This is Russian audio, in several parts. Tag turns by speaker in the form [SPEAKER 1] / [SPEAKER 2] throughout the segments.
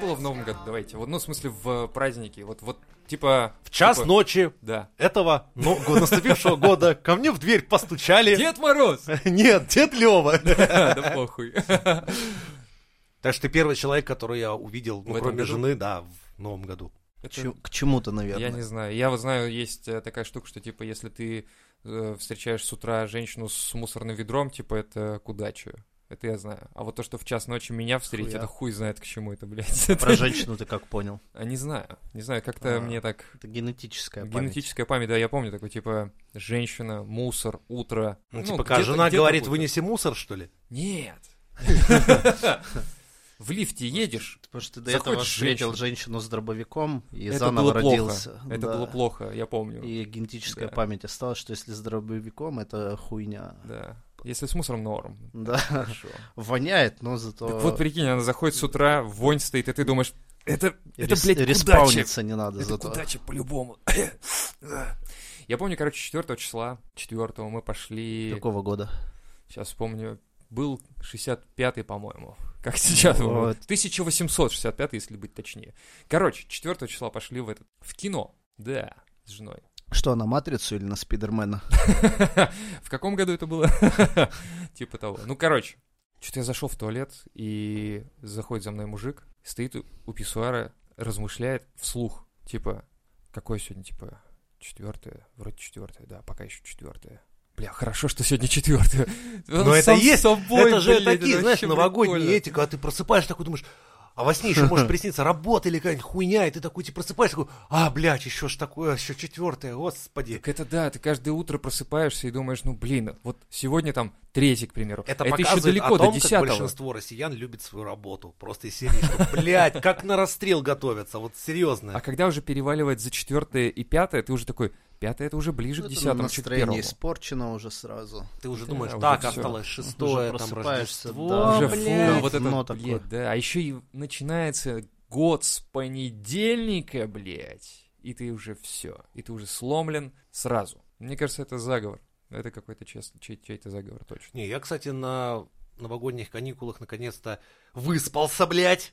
[SPEAKER 1] было в Новом году? Давайте. Вот, ну, в смысле, в праздники. Вот, вот, типа...
[SPEAKER 2] В час
[SPEAKER 1] типа-
[SPEAKER 2] ночи
[SPEAKER 1] Да.
[SPEAKER 2] этого но- го- наступившего года ко мне в дверь постучали.
[SPEAKER 1] Дед Мороз!
[SPEAKER 2] Нет, дед Лева.
[SPEAKER 1] Да да похуй.
[SPEAKER 2] Так что ты первый человек, который я увидел, ну,
[SPEAKER 1] В этом
[SPEAKER 2] кроме
[SPEAKER 1] году?
[SPEAKER 2] жены, да, в новом году.
[SPEAKER 1] Это-
[SPEAKER 3] К чему-то, наверное.
[SPEAKER 1] Я не знаю. Я вот знаю, есть э, такая штука, что типа, если ты э, встречаешь с утра женщину с мусорным ведром, типа, это к удаче. Это я знаю. А вот то, что в час ночи меня встретить,
[SPEAKER 3] Хуя.
[SPEAKER 1] это хуй знает к чему это, блядь. Это-
[SPEAKER 3] Про женщину ты как понял?
[SPEAKER 1] А не знаю. Не знаю, как-то
[SPEAKER 3] А,
[SPEAKER 1] мне так...
[SPEAKER 3] Это генетическая память.
[SPEAKER 1] Генетическая память, да, я помню такой, типа, женщина, мусор, утро.
[SPEAKER 2] Ну,
[SPEAKER 1] Ну,
[SPEAKER 2] типа, когда
[SPEAKER 1] где-то-
[SPEAKER 2] жена
[SPEAKER 1] где-то
[SPEAKER 2] говорит,
[SPEAKER 1] будет.
[SPEAKER 2] вынеси мусор, что ли?
[SPEAKER 1] Нет. В лифте едешь,
[SPEAKER 3] Потому что ты до
[SPEAKER 1] Заходишь
[SPEAKER 3] этого встретил
[SPEAKER 1] женщину.
[SPEAKER 3] женщину с дробовиком и
[SPEAKER 1] это
[SPEAKER 3] заново
[SPEAKER 1] было плохо.
[SPEAKER 3] родился.
[SPEAKER 1] Это
[SPEAKER 3] Да.
[SPEAKER 1] было плохо, я помню.
[SPEAKER 3] И генетическая
[SPEAKER 1] Да.
[SPEAKER 3] память осталась, что если с дробовиком, это хуйня.
[SPEAKER 1] Да. Если с мусором норм.
[SPEAKER 3] Да.
[SPEAKER 1] Хорошо.
[SPEAKER 3] Воняет, но зато
[SPEAKER 1] Так вот, прикинь, она заходит с утра, вонь стоит, и ты думаешь, это, это
[SPEAKER 3] рес-
[SPEAKER 1] блядь, кудачи.
[SPEAKER 3] респауниться не надо
[SPEAKER 1] Это
[SPEAKER 3] зато.
[SPEAKER 1] кудачи по-любому. Я помню, короче, 4 числа, 4 мы пошли...
[SPEAKER 3] Какого года?
[SPEAKER 1] Сейчас вспомню. Был 65-й, по-моему. Как сейчас. по-моему.
[SPEAKER 3] Вот.
[SPEAKER 1] 1865 если быть точнее. Короче, 4 числа пошли в этот... В кино. Да, с женой.
[SPEAKER 3] Что, на «Матрицу» или на «Спидермена»?
[SPEAKER 1] В каком году это было? Типа того. Ну, короче. Что-то я зашел в туалет, и заходит за мной мужик, стоит у- у писсуара, размышляет вслух. Типа, какое сегодня, типа, четвертое? Вроде четвертое, да, пока еще четвертое. Бля, хорошо, что сегодня четвертое.
[SPEAKER 2] Но это есть, это же такие, знаешь, новогодние
[SPEAKER 1] новогодние.
[SPEAKER 2] эти, когда ты просыпаешься такой, думаешь, а во сне еще может присниться работа или какая-нибудь хуйня, и ты такой, типа, просыпаешься, такой, а, блядь, еще ж такое, еще четвертое, господи.
[SPEAKER 1] Так это да, ты каждое утро просыпаешься и думаешь, ну блин, вот сегодня там третий, к примеру.
[SPEAKER 2] Это,
[SPEAKER 1] а это еще
[SPEAKER 2] показывает
[SPEAKER 1] далеко
[SPEAKER 2] о том,
[SPEAKER 1] до
[SPEAKER 2] как
[SPEAKER 1] десятого.
[SPEAKER 2] большинство россиян любит свою работу. Просто из серии, что, блядь, как на расстрел готовятся, вот серьезно.
[SPEAKER 1] А когда уже переваливает за четвертое и пятое, ты уже такой, пятое это уже ближе к
[SPEAKER 3] Это
[SPEAKER 1] десятому, чуть к первому.
[SPEAKER 3] настроение испорчено уже сразу.
[SPEAKER 2] Ты уже
[SPEAKER 1] Да,
[SPEAKER 2] думаешь,
[SPEAKER 1] Э, уже
[SPEAKER 2] так,
[SPEAKER 1] всё.
[SPEAKER 2] осталось
[SPEAKER 3] Уже
[SPEAKER 2] шестое, там,
[SPEAKER 3] просыпаешься,
[SPEAKER 2] Рождество,
[SPEAKER 3] да.
[SPEAKER 1] Уже
[SPEAKER 3] А,
[SPEAKER 1] фу,
[SPEAKER 2] блядь.
[SPEAKER 1] вот это,
[SPEAKER 3] говно
[SPEAKER 1] блядь,
[SPEAKER 3] такое.
[SPEAKER 1] да. А еще и начинается год с понедельника, блядь. И ты уже все. И ты уже сломлен сразу. Мне кажется, это заговор. Это какой-то чес- чей- чей-то заговор, точно.
[SPEAKER 2] Не, я, кстати, на новогодних каникулах наконец-то выспался, блядь.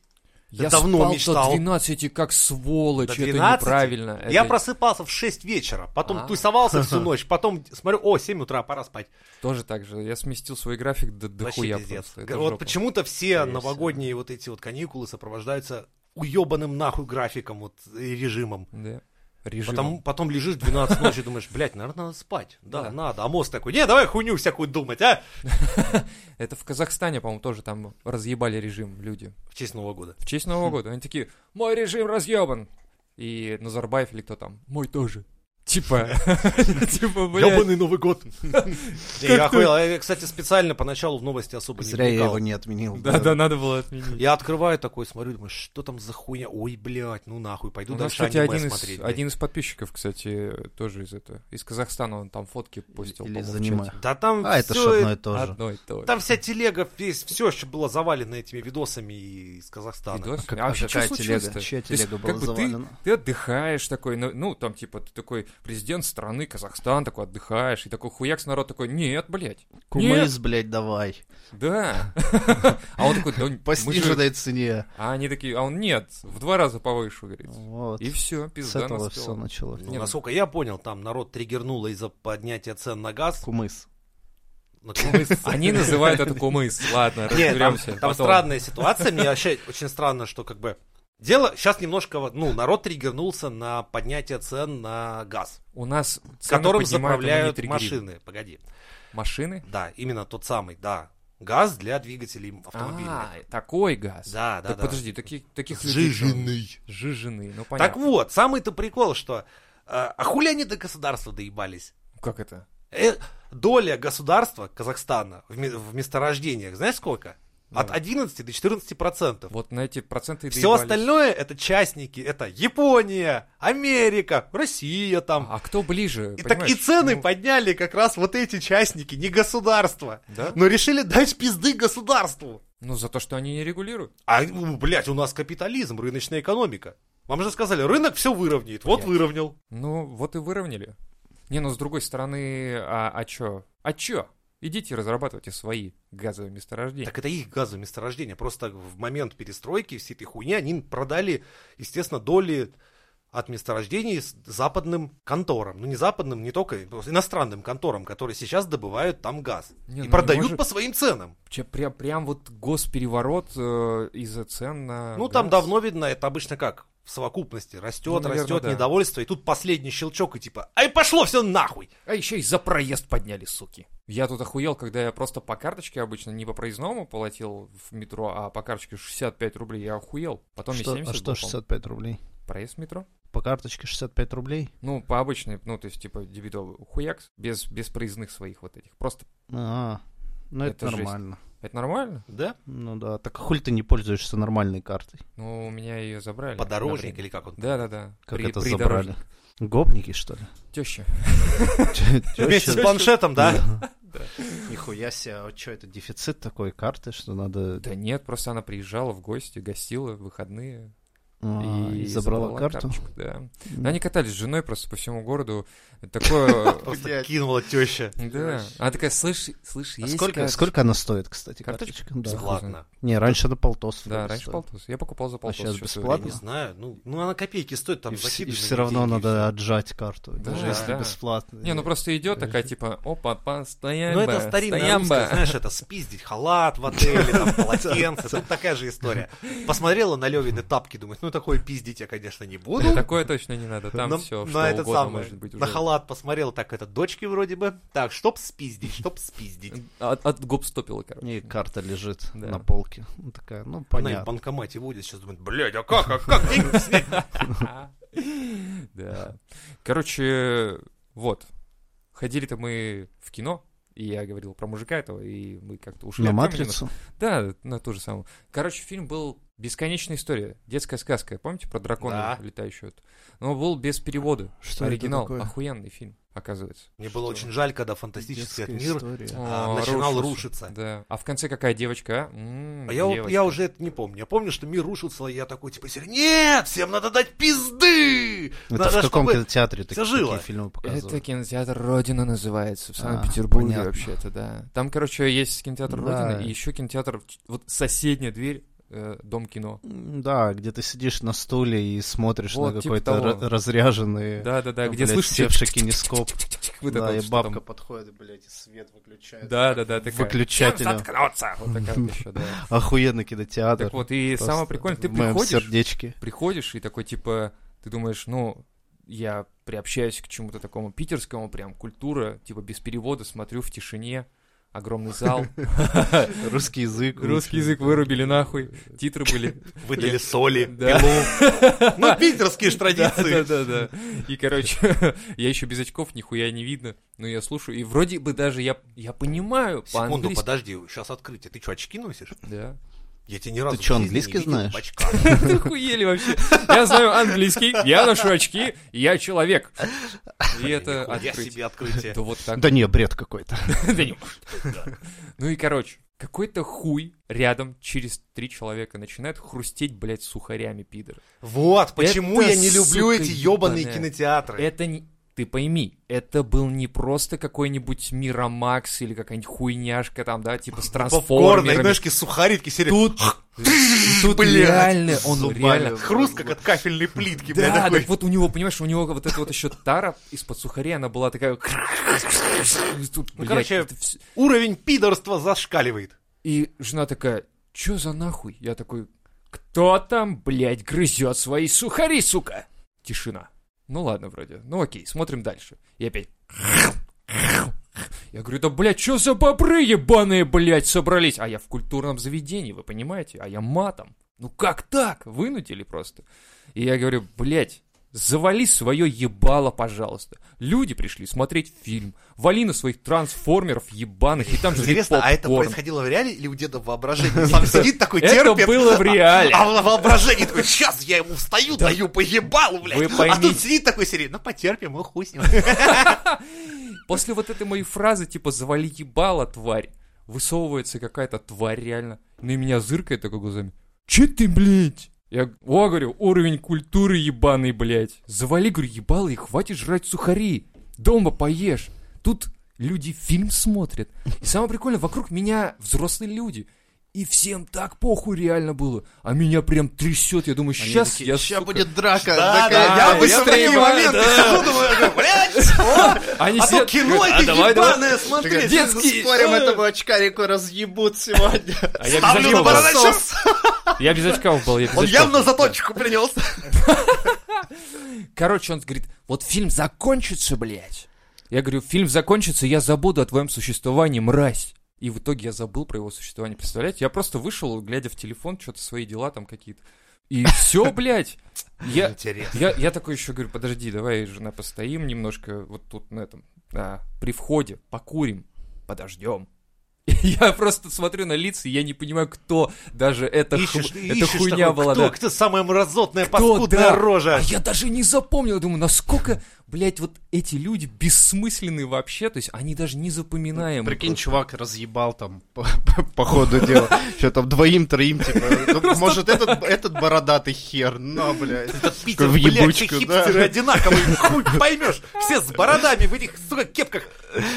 [SPEAKER 2] Я давно
[SPEAKER 1] спал
[SPEAKER 2] мечтал.
[SPEAKER 1] до 12, как сволочь,
[SPEAKER 2] До
[SPEAKER 1] это
[SPEAKER 2] 12?
[SPEAKER 1] неправильно.
[SPEAKER 2] Я
[SPEAKER 1] это
[SPEAKER 2] просыпался в 6 вечера, потом
[SPEAKER 1] А.
[SPEAKER 2] тусовался всю ночь, потом смотрю, о, 7 утра, пора спать.
[SPEAKER 1] Тоже так же. Я сместил свой график до, до
[SPEAKER 2] Вообще
[SPEAKER 1] хуя
[SPEAKER 2] пиздец.
[SPEAKER 1] просто. Это
[SPEAKER 2] Вот
[SPEAKER 1] жопа.
[SPEAKER 2] почему-то все
[SPEAKER 3] Скорее всего.
[SPEAKER 2] новогодние вот эти вот каникулы сопровождаются уебанным нахуй графиком вот и режимом.
[SPEAKER 1] Да. Режим.
[SPEAKER 2] Потом, потом лежишь в 12 ночи и думаешь, блядь, наверное, надо спать. Да,
[SPEAKER 1] Да.
[SPEAKER 2] надо. А мозг такой, не, давай хуйню всякую думать, а?
[SPEAKER 1] Это в Казахстане, по-моему, тоже там разъебали режим люди.
[SPEAKER 2] В честь Нового года.
[SPEAKER 1] В честь
[SPEAKER 2] Хм.
[SPEAKER 1] Нового года. Они такие, мой режим разъебан. И Назарбаев или кто там, мой тоже. Типа, типа, блядь.
[SPEAKER 2] Ёбаный Новый год. Не, Я охуел. Я, кстати, специально поначалу в новости особо не
[SPEAKER 3] Зря я
[SPEAKER 2] вникал.
[SPEAKER 3] его не отменил.
[SPEAKER 1] Да, да, надо было отменить.
[SPEAKER 2] Я открываю такой, смотрю, думаю, что там за хуйня? Ой, блядь, ну нахуй,
[SPEAKER 1] У
[SPEAKER 2] пойду
[SPEAKER 1] нас,
[SPEAKER 2] дальше
[SPEAKER 1] кстати,
[SPEAKER 2] аниме
[SPEAKER 1] один из,
[SPEAKER 2] смотреть. блядь.
[SPEAKER 1] один из подписчиков, кстати, тоже из этого. Из Казахстана он там фотки постил.
[SPEAKER 3] Или
[SPEAKER 1] по-моему, в
[SPEAKER 3] занимаю.
[SPEAKER 1] чате.
[SPEAKER 2] Да там
[SPEAKER 3] А, это ж
[SPEAKER 2] всё
[SPEAKER 1] ну,
[SPEAKER 3] одно и
[SPEAKER 2] это-
[SPEAKER 3] то же.
[SPEAKER 1] Одно и то. же.
[SPEAKER 2] Там вся телега, весь, все, что было завалено этими видосами из Казахстана.
[SPEAKER 1] Видос?
[SPEAKER 3] как-
[SPEAKER 1] А
[SPEAKER 3] а
[SPEAKER 1] вообще,
[SPEAKER 3] какая
[SPEAKER 1] что случилось-то?
[SPEAKER 3] телега? Чья
[SPEAKER 1] То есть,
[SPEAKER 3] телега
[SPEAKER 1] как
[SPEAKER 3] была
[SPEAKER 1] бы ты-
[SPEAKER 3] завалена?
[SPEAKER 1] Ты отдыхаешь такой, ну, ну, там, типа, ты такой президент страны, Казахстан, такой отдыхаешь, и такой хуяк с народ такой, нет, блядь,
[SPEAKER 3] Кумыс, блядь, давай.
[SPEAKER 1] да. А он такой, да
[SPEAKER 3] По
[SPEAKER 1] мы же
[SPEAKER 3] сниженной цене.
[SPEAKER 1] А они такие, а он нет, в два раза повыше, говорит.
[SPEAKER 3] Вот.
[SPEAKER 1] И все,
[SPEAKER 3] С
[SPEAKER 1] пизда
[SPEAKER 3] этого все
[SPEAKER 1] наспела.
[SPEAKER 3] началось.
[SPEAKER 2] Ну,
[SPEAKER 1] Не,
[SPEAKER 2] насколько я понял, там народ триггернуло из-за поднятия цен на газ.
[SPEAKER 3] Кумыс.
[SPEAKER 2] на кумыс.
[SPEAKER 1] Они называют это кумыс. Ладно,
[SPEAKER 2] Не, там,
[SPEAKER 1] разберемся.
[SPEAKER 2] там
[SPEAKER 1] потом.
[SPEAKER 2] странная ситуация. Мне вообще очень странно, что как бы... Дело сейчас немножко, вот, ну, народ триггернулся на поднятие цен на газ,
[SPEAKER 1] У нас цены
[SPEAKER 2] которым
[SPEAKER 1] поднимают, но не
[SPEAKER 2] заправляют
[SPEAKER 1] триггерим.
[SPEAKER 2] машины. Погоди.
[SPEAKER 1] Машины?
[SPEAKER 2] Да, именно тот самый, да. Газ для двигателей автомобильных.
[SPEAKER 1] А, такой газ.
[SPEAKER 2] Да, да,
[SPEAKER 1] Так
[SPEAKER 2] да.
[SPEAKER 1] подожди, таких таких людей там-
[SPEAKER 2] Жиженый.
[SPEAKER 1] Жиженый, ну
[SPEAKER 2] Так
[SPEAKER 1] понятно.
[SPEAKER 2] вот, самый-то прикол, что э, а хули они до государства доебались?
[SPEAKER 1] Как это?
[SPEAKER 2] Э, доля государства Казахстана в, ми- в месторождениях, знаешь сколько? От
[SPEAKER 1] Ну.
[SPEAKER 2] 11 до 14 процентов.
[SPEAKER 1] Вот на эти проценты и
[SPEAKER 2] Все
[SPEAKER 1] доебались.
[SPEAKER 2] остальное это частники, это Япония, Америка, Россия там.
[SPEAKER 1] А кто ближе,
[SPEAKER 2] и, так, и
[SPEAKER 1] понимаешь?
[SPEAKER 2] цены
[SPEAKER 1] Ну,
[SPEAKER 2] подняли как раз вот эти частники, не государство.
[SPEAKER 1] Да?
[SPEAKER 2] Но решили дать пизды государству.
[SPEAKER 1] Ну, за то, что они не регулируют.
[SPEAKER 2] А, ну, блядь, у нас капитализм, рыночная экономика. Вам же сказали, рынок все выровняет. Вот
[SPEAKER 1] Блядь.
[SPEAKER 2] выровнял.
[SPEAKER 1] Ну, вот и выровняли. Не, ну, с другой стороны, а, а чё? А чё? Идите разрабатывайте свои газовые месторождения.
[SPEAKER 2] Так это их газовое месторождение. Просто в момент перестройки всей этой хуйни они продали, естественно, доли от месторождений с западным конторам. Ну, не западным, не только, просто иностранным конторам, которые сейчас добывают там газ.
[SPEAKER 1] Не, ну,
[SPEAKER 2] и
[SPEAKER 1] не
[SPEAKER 2] продают
[SPEAKER 1] может-
[SPEAKER 2] по своим ценам.
[SPEAKER 1] Че- Прям, прям вот госпереворот э, из-за цен на
[SPEAKER 2] Ну,
[SPEAKER 1] А, газ.
[SPEAKER 2] там давно видно, это обычно как? В совокупности. Растет,
[SPEAKER 1] Ну, наверное,
[SPEAKER 2] растет
[SPEAKER 1] да.
[SPEAKER 2] недовольство, и тут последний щелчок, и типа, ай, пошло все нахуй!
[SPEAKER 1] А еще и за проезд подняли, суки. Я тут охуел, когда я просто по карточке обычно, не по проездному платил в метро, а по карточке 65 рублей, я охуел. Потом мне
[SPEAKER 3] Что-
[SPEAKER 1] 70
[SPEAKER 3] а что
[SPEAKER 1] был, по-моему.
[SPEAKER 3] 65 рублей?
[SPEAKER 1] Проезд в метро?
[SPEAKER 3] По карточке 65 рублей?
[SPEAKER 1] Ну, по обычной, ну, то есть, типа, дебетовый хуякс, без, без проездных своих вот этих. Просто
[SPEAKER 3] А, ну это,
[SPEAKER 1] Это жесть.
[SPEAKER 3] нормально.
[SPEAKER 1] это нормально?
[SPEAKER 2] Да?
[SPEAKER 3] Ну да, так а хули ты не пользуешься нормальной картой?
[SPEAKER 1] Ну, у меня ее забрали.
[SPEAKER 2] Подорожник или как он?
[SPEAKER 1] Да, да, да.
[SPEAKER 3] Как это забрали? Гопники, что ли?
[SPEAKER 1] Теща.
[SPEAKER 3] Тё-
[SPEAKER 2] Вместе с
[SPEAKER 3] тёща-
[SPEAKER 2] планшетом, да?
[SPEAKER 3] Нихуя себе, а что это, дефицит такой карты, что надо...
[SPEAKER 1] Да нет, просто она приезжала в гости, гостила в выходные.
[SPEAKER 3] А, И забрала карту?
[SPEAKER 1] карточку, Да. Но они катались с женой просто по всему городу. Такое...
[SPEAKER 2] Просто
[SPEAKER 3] Блядь.
[SPEAKER 2] кинула теща.
[SPEAKER 1] Да. Она такая, слышь, слышь,
[SPEAKER 3] А
[SPEAKER 1] есть
[SPEAKER 3] сколько,
[SPEAKER 1] карточка?»
[SPEAKER 3] сколько она стоит, кстати,
[SPEAKER 1] Карточка?
[SPEAKER 3] карточка? Да.
[SPEAKER 1] Сколько?
[SPEAKER 2] Бесплатно.
[SPEAKER 3] Не, раньше она полтос.
[SPEAKER 1] Да,
[SPEAKER 3] вроде
[SPEAKER 1] раньше
[SPEAKER 3] стоила.
[SPEAKER 1] полтос. Я покупал за полтос.
[SPEAKER 3] А щас
[SPEAKER 1] ещё в своё
[SPEAKER 2] Я
[SPEAKER 3] бесплатно?
[SPEAKER 1] время.
[SPEAKER 2] не знаю, ну, ну она копейки стоит там.
[SPEAKER 3] и, вс-
[SPEAKER 2] закидывай на
[SPEAKER 3] и все
[SPEAKER 2] нее
[SPEAKER 3] равно
[SPEAKER 2] деньги, и
[SPEAKER 3] надо
[SPEAKER 2] всё.
[SPEAKER 3] отжать карту,
[SPEAKER 1] Да,
[SPEAKER 3] даже если
[SPEAKER 1] да.
[SPEAKER 3] бесплатно.
[SPEAKER 1] Не, ну просто идет такая, типа, опа, па,
[SPEAKER 2] Ну
[SPEAKER 1] стоямба,
[SPEAKER 2] это старинная
[SPEAKER 1] стоямба».
[SPEAKER 2] русская, знаешь, это спиздить халат в отеле, там, полотенце, тут такая же история. Посмотрела на Левины тапки, думает, ну такое пиздить я, конечно, не буду.
[SPEAKER 1] Такое точно не надо, там
[SPEAKER 3] Ну,
[SPEAKER 1] все, что
[SPEAKER 3] а
[SPEAKER 2] этот
[SPEAKER 1] угодно
[SPEAKER 2] самый,
[SPEAKER 1] может быть
[SPEAKER 2] на
[SPEAKER 1] уже.
[SPEAKER 2] халат посмотрел, так это дочки вроде бы. Так, чтоб спиздить, чтоб спиздить.
[SPEAKER 1] От, от гопстопила,
[SPEAKER 3] И
[SPEAKER 1] короче.
[SPEAKER 3] карта лежит
[SPEAKER 1] Да.
[SPEAKER 3] на полке. Ну, такая, ну,
[SPEAKER 2] Она и в
[SPEAKER 3] понятно.
[SPEAKER 2] банкомате будет, сейчас думает, блядь, а как, а как, деньги снять?»
[SPEAKER 1] А. Да. Короче, вот. Ходили-то мы в кино, и я говорил про мужика этого, и мы как-то ушли
[SPEAKER 3] На
[SPEAKER 1] от темы
[SPEAKER 3] матрицу.
[SPEAKER 1] немножко. Да, на ту же самую. Короче, фильм был «Бесконечная история», детская сказка. Помните про дракона
[SPEAKER 2] Да.
[SPEAKER 1] летающего? Но был без перевода.
[SPEAKER 3] Что это
[SPEAKER 1] Оригинал.
[SPEAKER 3] такое?
[SPEAKER 1] Охуенный фильм, оказывается.
[SPEAKER 2] Мне было очень жаль, когда фантастический
[SPEAKER 3] Детская
[SPEAKER 2] мир
[SPEAKER 3] история.
[SPEAKER 2] а,
[SPEAKER 1] О,
[SPEAKER 2] начинал
[SPEAKER 1] рушился.
[SPEAKER 2] рушиться.
[SPEAKER 1] Да. А в конце какая девочка, а? М,
[SPEAKER 2] А я, вот-
[SPEAKER 1] девочка.
[SPEAKER 2] я уже это не помню. Я помню, что мир рушился, и я такой, типа, «Серёг, нет, всем надо дать пизды!
[SPEAKER 3] Это
[SPEAKER 2] Надо,
[SPEAKER 3] в каком
[SPEAKER 2] чтобы-
[SPEAKER 3] кинотеатре ты
[SPEAKER 2] всё жило.
[SPEAKER 3] такие фильмы
[SPEAKER 1] Это
[SPEAKER 3] показывают?
[SPEAKER 1] кинотеатр Родина называется в
[SPEAKER 3] А,
[SPEAKER 1] Санкт-Петербурге
[SPEAKER 3] понятно.
[SPEAKER 1] вообще-то, да. Там, короче, есть кинотеатр
[SPEAKER 3] Да.
[SPEAKER 1] Родина и еще кинотеатр в ч- вот соседняя дверь э, Дом кино.
[SPEAKER 3] М, Да, где ты сидишь на стуле и смотришь
[SPEAKER 1] Вот,
[SPEAKER 3] на
[SPEAKER 1] типа
[SPEAKER 3] какой-то
[SPEAKER 1] того.
[SPEAKER 3] ра- разряженный...
[SPEAKER 1] Да, да, да,
[SPEAKER 3] там,
[SPEAKER 1] где
[SPEAKER 3] блядь,
[SPEAKER 1] слышишь типа,
[SPEAKER 3] севший кинескоп.
[SPEAKER 1] вот это
[SPEAKER 3] да,
[SPEAKER 1] вот,
[SPEAKER 3] и
[SPEAKER 1] что
[SPEAKER 3] бабка
[SPEAKER 1] там.
[SPEAKER 3] подходит, блядь, и свет выключает.
[SPEAKER 1] типа, Да, да, да, такая.
[SPEAKER 3] Выключателем.
[SPEAKER 1] Заткнуться! Вот такая вот еще, да.
[SPEAKER 3] Охуенный кинотеатр.
[SPEAKER 1] Так вот, и
[SPEAKER 3] Просто
[SPEAKER 1] самое прикольное, ты
[SPEAKER 3] в моем
[SPEAKER 1] приходишь,
[SPEAKER 3] сердечке.
[SPEAKER 1] приходишь и такой, типа, ты думаешь, ну, я приобщаюсь к чему-то такому питерскому, прям культура, типа без перевода, смотрю в тишине, огромный зал,
[SPEAKER 3] Русский язык.
[SPEAKER 1] русский
[SPEAKER 3] учишь.
[SPEAKER 1] язык вырубили нахуй, титры были
[SPEAKER 2] Выдали соли,
[SPEAKER 1] Да.
[SPEAKER 2] пилу. Ну, питерские ж традиции.
[SPEAKER 1] Да, да, да. И, короче, я еще без очков, нихуя не видно. Но я слушаю, и вроде бы даже я, я понимаю
[SPEAKER 2] Секунду,
[SPEAKER 1] по-английски.
[SPEAKER 2] подожди, сейчас открытие. Ты что, очки носишь?
[SPEAKER 1] Да.
[SPEAKER 2] Я тебе ни разу в
[SPEAKER 3] чё,
[SPEAKER 2] жизни не
[SPEAKER 3] английский
[SPEAKER 2] видел
[SPEAKER 3] знаешь?
[SPEAKER 2] в очках.
[SPEAKER 1] Ты охуели вообще. Я знаю английский, я ношу очки, и я человек. И это
[SPEAKER 2] Я
[SPEAKER 1] открытие.
[SPEAKER 2] себе открытие.
[SPEAKER 1] Да вот так.
[SPEAKER 3] Да не, бред какой-то.
[SPEAKER 1] Да не может. Ну и, короче, какой-то хуй рядом через три человека начинает хрустеть, блядь, сухарями, пидор.
[SPEAKER 2] Вот, почему
[SPEAKER 1] Это,
[SPEAKER 2] я не люблю
[SPEAKER 1] сука,
[SPEAKER 2] эти ёбаные
[SPEAKER 1] ебаная.
[SPEAKER 2] кинотеатры.
[SPEAKER 1] Это не... Ты пойми, это был не просто какой-нибудь Мирамакс или какая-нибудь хуйняшка там, да, типа с
[SPEAKER 2] Попкорн,
[SPEAKER 1] трансформерами.
[SPEAKER 2] ножки, сухарики, серия.
[SPEAKER 1] Тут, тут
[SPEAKER 2] блядь, ну,
[SPEAKER 1] реально, он
[SPEAKER 3] зубами.
[SPEAKER 1] реально...
[SPEAKER 2] Хруст, как от кафельной плитки, бля,
[SPEAKER 1] Да,
[SPEAKER 2] такой.
[SPEAKER 1] так вот у него, понимаешь, у него вот эта вот еще тара из-под сухаря, она была такая... Тут, блядь,
[SPEAKER 2] короче,
[SPEAKER 1] это вс-
[SPEAKER 2] Уровень пидорства зашкаливает.
[SPEAKER 1] И жена такая, чё за нахуй? Я такой, кто там, блядь, грызет свои сухари, сука? Тишина. Ну ладно, вроде. Ну окей, смотрим дальше. И опять... Я говорю, да, блядь, что за бобры ебаные, блядь, собрались? А я в культурном заведении, вы понимаете? А я матом. Ну как так? Вынудили просто. И я говорю, блядь, завали свое ебало, пожалуйста. Люди пришли смотреть фильм. Вали на своих трансформеров ебаных. И там же
[SPEAKER 2] Интересно, а это
[SPEAKER 1] попкорн.
[SPEAKER 2] происходило в реале или у деда в воображении? Сам сидит такой,
[SPEAKER 1] Это
[SPEAKER 2] терпит.
[SPEAKER 1] было в реале.
[SPEAKER 2] А в воображении такой, сейчас я ему встаю, даю поебалу, блядь.
[SPEAKER 1] Вы
[SPEAKER 2] а тут
[SPEAKER 1] поймите.
[SPEAKER 2] сидит такой серии, ну потерпим, ну хуй с ним.
[SPEAKER 1] После вот этой моей фразы, типа, завали ебало, тварь, высовывается какая-то тварь реально. На меня зыркает такой глазами. Че ты, блядь? Я о, говорю, уровень культуры ебаный, блядь. Завали, говорю, ебало и хватит жрать сухари. Дома поешь. Тут Люди фильм смотрят. И самое прикольное, вокруг меня взрослые люди. И всем так похуй реально было. А меня прям трясет. Я думаю, сейчас я,
[SPEAKER 3] Сейчас
[SPEAKER 1] сука,
[SPEAKER 3] будет драка.
[SPEAKER 2] Да,
[SPEAKER 3] такая,
[SPEAKER 2] да, я
[SPEAKER 1] я
[SPEAKER 2] обычно в такие
[SPEAKER 1] понимаю,
[SPEAKER 2] моменты
[SPEAKER 1] да.
[SPEAKER 2] сижу, думаю, блядь, о,
[SPEAKER 1] Они
[SPEAKER 2] а то
[SPEAKER 1] сидят,
[SPEAKER 2] кино
[SPEAKER 1] говорят,
[SPEAKER 2] это
[SPEAKER 1] «А, давай, давай».
[SPEAKER 2] ебаное
[SPEAKER 3] такая,
[SPEAKER 2] смотреть.
[SPEAKER 1] детский.
[SPEAKER 3] Спорим, этому очкарику разъебут сегодня.
[SPEAKER 1] А я без
[SPEAKER 3] Ставлю
[SPEAKER 1] очков
[SPEAKER 3] на
[SPEAKER 1] был.
[SPEAKER 3] подсос.
[SPEAKER 1] Я без очков был, я без
[SPEAKER 3] Он
[SPEAKER 1] очков
[SPEAKER 3] явно
[SPEAKER 1] был.
[SPEAKER 3] заточку принес.
[SPEAKER 1] Короче, он говорит, вот фильм закончится, блядь. Я говорю, фильм закончится, я забуду о твоем существовании, мразь. И в итоге я забыл про его существование, представляете? Я просто вышел, глядя в телефон, что-то свои дела там какие-то. И все, блядь. Я,
[SPEAKER 2] Интересно.
[SPEAKER 1] я, я такой еще говорю, подожди, давай, жена, постоим немножко вот тут на этом, а, при входе, покурим, подождем. И я просто смотрю на лица, и я не понимаю, кто даже это, ху-
[SPEAKER 2] Ищешь,
[SPEAKER 1] эта
[SPEAKER 2] ищешь
[SPEAKER 1] хуйня
[SPEAKER 2] такой,
[SPEAKER 1] была.
[SPEAKER 2] кто,
[SPEAKER 1] да.
[SPEAKER 2] кто самая мразотная,
[SPEAKER 1] Кто,
[SPEAKER 2] паскудная
[SPEAKER 1] да.
[SPEAKER 2] рожа.
[SPEAKER 1] А я даже не запомнил, думаю, насколько, блядь, вот эти люди бессмысленны вообще, то есть они даже не запоминаемы.
[SPEAKER 3] Прикинь,
[SPEAKER 1] просто.
[SPEAKER 3] чувак разъебал там по, по- по ходу дела. Что там, двоим-троим, типа. ну, Может, этот, этот бородатый хер, на, блядь.
[SPEAKER 2] Это Питер,
[SPEAKER 3] в
[SPEAKER 2] блядь, все
[SPEAKER 3] ебучку, да.
[SPEAKER 2] хипстеры одинаковые, хуй поймешь. Все с бородами в этих, сука, кепках.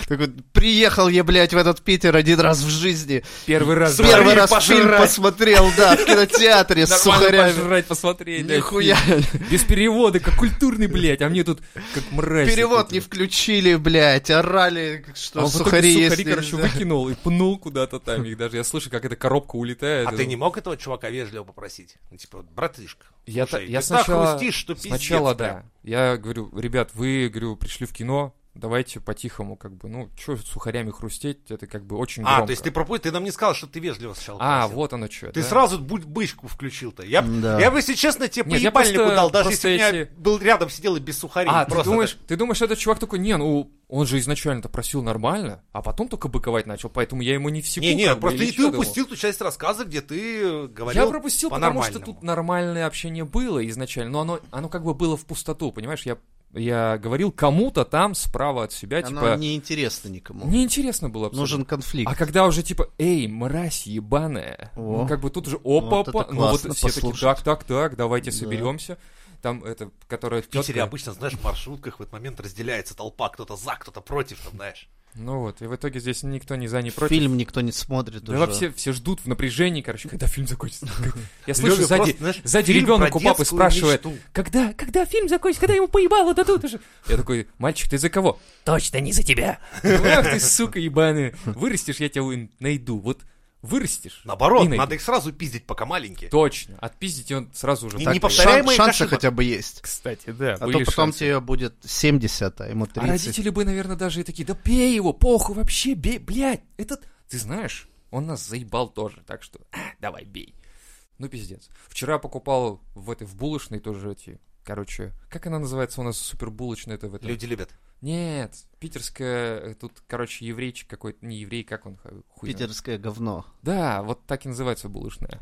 [SPEAKER 3] Такой, приехал я, блядь, в этот Питер один раз в жизни.
[SPEAKER 1] Первый раз.
[SPEAKER 2] Смотри,
[SPEAKER 3] Первый раз фильм
[SPEAKER 2] пожрать.
[SPEAKER 3] посмотрел, да, в кинотеатре с
[SPEAKER 1] Нормально
[SPEAKER 3] сухарями.
[SPEAKER 1] пожрать, посмотреть. да,
[SPEAKER 3] Нихуя.
[SPEAKER 1] фильм. Без перевода, как культурный, блядь, а мне тут как мразь.
[SPEAKER 3] Перевод
[SPEAKER 1] вот
[SPEAKER 3] не
[SPEAKER 1] этот.
[SPEAKER 3] включили, блядь, орали,
[SPEAKER 1] А
[SPEAKER 3] что
[SPEAKER 1] он в итоге
[SPEAKER 3] сухари есть.
[SPEAKER 1] сухари, короче,
[SPEAKER 3] нельзя.
[SPEAKER 1] выкинул и пнул куда-то там их даже. Я слышу, как эта коробка улетает. Я
[SPEAKER 2] А ты
[SPEAKER 1] думаю,
[SPEAKER 2] не мог этого чувака вежливо попросить? Ну, типа, вот, братишка,
[SPEAKER 1] Я, та-
[SPEAKER 2] слушай,
[SPEAKER 1] я
[SPEAKER 2] ты так
[SPEAKER 1] сначала,
[SPEAKER 2] хрустишь, что пиздец
[SPEAKER 1] сначала да.
[SPEAKER 2] прям.
[SPEAKER 1] Я говорю, ребят, вы, говорю, пришли в кино, давайте по-тихому, как бы, ну, что сухарями хрустеть, это как бы очень
[SPEAKER 2] А,
[SPEAKER 1] громко.
[SPEAKER 2] то есть ты пропустил, ты нам не сказал, что ты вежливо сначала
[SPEAKER 1] А,
[SPEAKER 2] попросил.
[SPEAKER 1] вот оно что.
[SPEAKER 2] Ты сразу будь бычку включил-то. Я, б-
[SPEAKER 3] Да.
[SPEAKER 2] я бы, если честно, тебе
[SPEAKER 1] Нет, я
[SPEAKER 2] поебальнику
[SPEAKER 1] просто-
[SPEAKER 2] дал, даже
[SPEAKER 1] просто
[SPEAKER 2] если бы я
[SPEAKER 1] эти-
[SPEAKER 2] был рядом сидел и без сухарей.
[SPEAKER 1] А, ты
[SPEAKER 2] просто
[SPEAKER 1] думаешь, ты думаешь, этот чувак такой, не, ну, он же изначально-то просил нормально, а потом только быковать начал, поэтому я ему не всеку.
[SPEAKER 2] Не, не,
[SPEAKER 1] типа, как бы,
[SPEAKER 2] просто
[SPEAKER 1] или
[SPEAKER 2] и
[SPEAKER 1] чё
[SPEAKER 2] ты
[SPEAKER 1] думал?
[SPEAKER 2] упустил ту часть рассказа, где ты э, говорил
[SPEAKER 1] Я пропустил, потому что
[SPEAKER 2] по-нормальному.
[SPEAKER 1] тут нормальное общение было изначально, но оно, оно как бы было в пустоту, понимаешь? Я, я говорил кому-то там справа от себя,
[SPEAKER 3] Оно
[SPEAKER 1] типа...
[SPEAKER 3] неинтересно никому.
[SPEAKER 1] Неинтересно было абсолютно.
[SPEAKER 3] Нужен конфликт.
[SPEAKER 1] А когда уже типа, эй, мразь ебаная,
[SPEAKER 3] О.
[SPEAKER 1] ну как бы тут уже опа,
[SPEAKER 3] Вот это
[SPEAKER 1] ну вот
[SPEAKER 3] классно
[SPEAKER 1] все такие,
[SPEAKER 3] послушать.
[SPEAKER 1] так, так, так, давайте
[SPEAKER 3] Да.
[SPEAKER 1] соберемся. Там это, которая
[SPEAKER 2] В Питере
[SPEAKER 1] тётка-
[SPEAKER 2] обычно, знаешь, в маршрутках в этот момент разделяется толпа, кто-то за, кто-то против, там, знаешь.
[SPEAKER 1] Ну вот, и в итоге здесь никто не за, не против.
[SPEAKER 3] Фильм никто не смотрит
[SPEAKER 1] Да
[SPEAKER 3] уже.
[SPEAKER 1] вообще все ждут в напряжении, короче, когда фильм закончится. Я слышу
[SPEAKER 2] Лёва
[SPEAKER 1] сзади,
[SPEAKER 2] просто, знаешь,
[SPEAKER 1] сзади
[SPEAKER 2] фильм
[SPEAKER 1] ребенок
[SPEAKER 2] про
[SPEAKER 1] у папы
[SPEAKER 2] детскую
[SPEAKER 1] спрашивает,
[SPEAKER 2] мечту.
[SPEAKER 1] когда, когда фильм закончится, когда ему поебало дадут уже. Я такой, мальчик, ты за кого? Точно не за тебя. Ну, Ах ты, сука ебаная. Вырастешь, я тебя вон найду. Вот вырастешь. и
[SPEAKER 2] Наоборот,
[SPEAKER 1] найду.
[SPEAKER 2] надо их сразу пиздить, пока маленькие.
[SPEAKER 1] Точно. Отпиздить он сразу же.
[SPEAKER 2] Не-
[SPEAKER 1] так
[SPEAKER 2] не
[SPEAKER 1] поехал.
[SPEAKER 2] повторяй.
[SPEAKER 3] Шан-
[SPEAKER 2] Повторяемые
[SPEAKER 3] шансы
[SPEAKER 2] ошибок.
[SPEAKER 3] хотя бы есть.
[SPEAKER 1] Кстати, да.
[SPEAKER 3] А то
[SPEAKER 1] были
[SPEAKER 3] потом
[SPEAKER 1] шансы.
[SPEAKER 3] тебе будет 70, а ему
[SPEAKER 1] А
[SPEAKER 3] 30.
[SPEAKER 1] родители бы, наверное, даже и такие, да пей его, похуй вообще, бей, блядь. Этот, ты знаешь, он нас заебал тоже, так что а, давай бей. Ну, пиздец. Вчера покупал в этой, в булочной тоже эти, короче, как она называется у нас, супербулочная, это в этом?
[SPEAKER 2] Люди любят.
[SPEAKER 1] Нет, питерская, э, тут, короче, еврейчик какой-то, не еврей, как он, ха- хуй знает.
[SPEAKER 3] Питерское говно.
[SPEAKER 1] Да, вот так и называется булочная.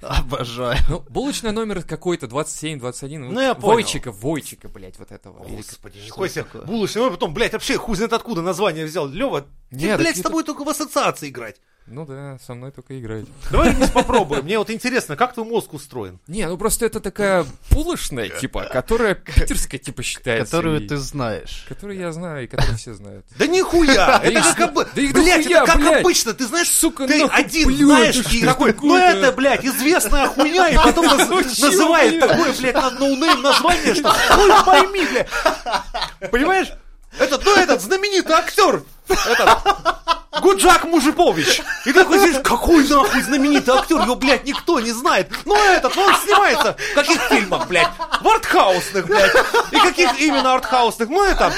[SPEAKER 3] Обожаю.
[SPEAKER 1] Ну, булочная номер какой-то, 27-21.
[SPEAKER 2] Ну, я понял.
[SPEAKER 1] Войчика, Войчика, блядь, вот этого.
[SPEAKER 2] О,
[SPEAKER 1] Или
[SPEAKER 2] Господи,
[SPEAKER 3] что
[SPEAKER 2] нихуя
[SPEAKER 3] это
[SPEAKER 2] себе.
[SPEAKER 3] такое?
[SPEAKER 2] Булочный, ну, потом, блядь, вообще хуй знает откуда название взял. Лева, ты,
[SPEAKER 1] Нет,
[SPEAKER 2] блядь,
[SPEAKER 1] это
[SPEAKER 2] с тобой только в ассоциации играть.
[SPEAKER 1] Ну да, со мной только играет.
[SPEAKER 2] Давай вниз попробуем. Мне вот интересно, как твой мозг устроен?
[SPEAKER 1] Не, ну просто это такая булочная, типа, которая питерская, типа, считается.
[SPEAKER 3] Которую
[SPEAKER 1] и-
[SPEAKER 3] ты знаешь.
[SPEAKER 1] Которую я знаю и которую все знают.
[SPEAKER 2] Да нихуя!
[SPEAKER 1] Да
[SPEAKER 2] Это
[SPEAKER 1] их-
[SPEAKER 2] как, обы-
[SPEAKER 1] да их
[SPEAKER 2] блядь,
[SPEAKER 1] дохуя,
[SPEAKER 2] это как
[SPEAKER 1] блядь.
[SPEAKER 2] обычно. Ты знаешь,
[SPEAKER 1] Сука,
[SPEAKER 2] ты
[SPEAKER 1] нахуй
[SPEAKER 2] один
[SPEAKER 1] плюнь,
[SPEAKER 2] знаешь
[SPEAKER 1] это
[SPEAKER 2] и
[SPEAKER 1] что
[SPEAKER 2] такой, ну
[SPEAKER 1] такое-то?»
[SPEAKER 2] это, блядь, известная хуйня, и потом наз-
[SPEAKER 1] Чё,
[SPEAKER 2] называет
[SPEAKER 1] блядь?
[SPEAKER 2] такое, блядь, на- ноунейм название, что хуй пойми, блядь. Понимаешь? Этот, ну этот знаменитый актер, этот, Гуджак Мужипович. И такой здесь, какой нахуй знаменитый актер, его, блядь, никто не знает. Ну этот, ну он снимается в каких фильмах, блядь? В артхаусных, блядь. И каких именно артхаусных? Ну это,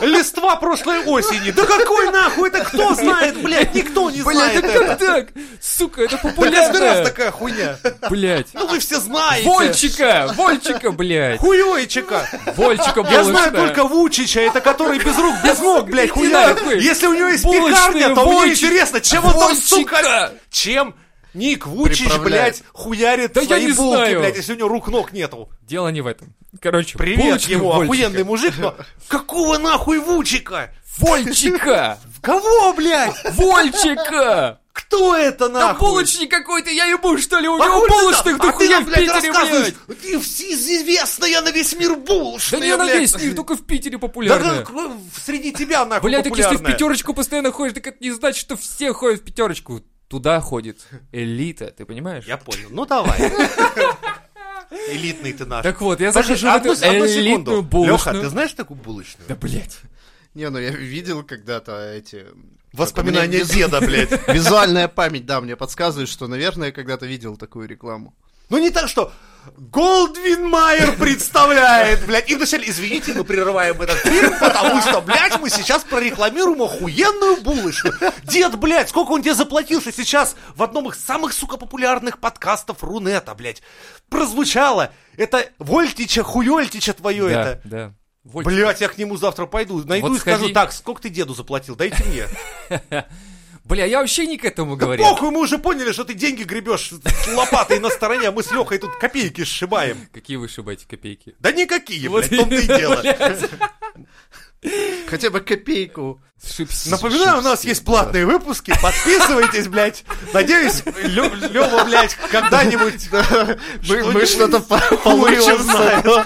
[SPEAKER 2] листва прошлой осени. Да какой нахуй, это кто знает, блядь, никто не
[SPEAKER 1] Блядь,
[SPEAKER 2] знает
[SPEAKER 1] это
[SPEAKER 2] это.
[SPEAKER 1] как так? Сука, это
[SPEAKER 2] Да каждый раз
[SPEAKER 1] популярно.
[SPEAKER 2] такая хуйня.
[SPEAKER 1] Блядь.
[SPEAKER 2] Ну вы все знаете.
[SPEAKER 1] Вольчика, Вольчика, блядь.
[SPEAKER 2] Хуёйчика.
[SPEAKER 1] Вольчика
[SPEAKER 2] Я знаю
[SPEAKER 1] булочная.
[SPEAKER 2] только Вучича, это который без рук, без ног, блядь,
[SPEAKER 1] Иди
[SPEAKER 2] хуярит.
[SPEAKER 1] нахуй.
[SPEAKER 2] Если у него есть
[SPEAKER 1] Булочные,
[SPEAKER 2] пекарня, а то мне
[SPEAKER 1] Вольчик.
[SPEAKER 2] интересно, чем он там, сука,
[SPEAKER 1] Вольчика.
[SPEAKER 2] чем Ник Вучич,
[SPEAKER 3] Приправляет.
[SPEAKER 2] блядь, хуярит
[SPEAKER 1] Да я
[SPEAKER 2] свои
[SPEAKER 1] не
[SPEAKER 2] булки,
[SPEAKER 1] знаю.
[SPEAKER 2] блядь, если у него рук-ног нету.
[SPEAKER 1] Дело не в этом. Короче,
[SPEAKER 2] Привет
[SPEAKER 1] булочная
[SPEAKER 2] ему,
[SPEAKER 1] Вольчика.
[SPEAKER 2] охуенный мужик, но какого нахуй Вучика?
[SPEAKER 1] Вольчика!
[SPEAKER 2] Кого, блядь?
[SPEAKER 1] Вольчика!
[SPEAKER 2] Кто это
[SPEAKER 1] Да
[SPEAKER 2] нахуй?
[SPEAKER 1] булочник какой-то, я ебу, что ли, у
[SPEAKER 2] Да
[SPEAKER 1] него
[SPEAKER 2] хуй ты
[SPEAKER 1] булочных
[SPEAKER 2] там? А ты
[SPEAKER 1] дохуя
[SPEAKER 2] нам,
[SPEAKER 1] в
[SPEAKER 2] блядь,
[SPEAKER 1] Питере,
[SPEAKER 2] рассказываешь.
[SPEAKER 1] блядь.
[SPEAKER 2] Ты всеизвестная на весь
[SPEAKER 1] Да
[SPEAKER 2] мир булочная,
[SPEAKER 1] не на
[SPEAKER 2] блядь.
[SPEAKER 1] весь мир, только в Питере
[SPEAKER 2] Да,
[SPEAKER 1] популярная.
[SPEAKER 2] да, к- среди тебя, нахуй,
[SPEAKER 1] Бля, так если ты в
[SPEAKER 2] популярная.
[SPEAKER 1] пятерочку постоянно ходишь, так это не значит, что все ходят в пятерочку. Туда ходит элита, ты понимаешь?
[SPEAKER 2] Я понял. Ну давай. Элитный ты наш.
[SPEAKER 1] Так вот, я
[SPEAKER 2] Подожди,
[SPEAKER 1] захожу в
[SPEAKER 2] одну,
[SPEAKER 1] эту
[SPEAKER 2] одну
[SPEAKER 1] элитную
[SPEAKER 2] секунду. Леха, ты
[SPEAKER 1] булочную.
[SPEAKER 2] знаешь такую булочную?
[SPEAKER 1] Да, блядь.
[SPEAKER 3] Не, ну я видел когда-то эти...
[SPEAKER 2] Воспоминания
[SPEAKER 3] Как у меня
[SPEAKER 2] деда, блядь.
[SPEAKER 3] виз- Визуальная память, да, мне подсказывает, что, наверное, я когда-то видел такую рекламу.
[SPEAKER 2] Ну не так, что Голдвин Майер представляет, блядь. И вначале, извините, мы прерываем этот фильм, потому что, блядь, мы сейчас прорекламируем охуенную булочную. Дед, блядь, сколько он тебе заплатил, что сейчас в одном из самых, сука, популярных подкастов Рунета, блядь, прозвучало. Это Вольтича, хуёльтича
[SPEAKER 1] Да,
[SPEAKER 2] твое это.
[SPEAKER 1] да. Вольт.
[SPEAKER 2] Блять, я к нему завтра пойду, найду
[SPEAKER 1] Вот
[SPEAKER 2] и скажу,
[SPEAKER 1] сходи.
[SPEAKER 2] так, сколько ты деду заплатил, дайте мне.
[SPEAKER 1] Бля, я вообще не к этому
[SPEAKER 2] Да
[SPEAKER 1] говорил.
[SPEAKER 2] похуй, мы уже поняли, что ты деньги гребешь лопатой на стороне, а мы с Лехой тут копейки сшибаем.
[SPEAKER 1] Какие вы шибаете копейки?
[SPEAKER 2] Да никакие,
[SPEAKER 1] Вот
[SPEAKER 2] блядь, в том-то и дело.
[SPEAKER 1] Блядь.
[SPEAKER 3] Хотя бы копейку.
[SPEAKER 1] Сшибся.
[SPEAKER 2] Напоминаю, у нас
[SPEAKER 1] Сшибся.
[SPEAKER 2] есть платные выпуски, подписывайтесь, блядь. Надеюсь, Лева, блядь, когда-нибудь...
[SPEAKER 3] Мы мы что-то по-
[SPEAKER 2] Получил
[SPEAKER 3] получим.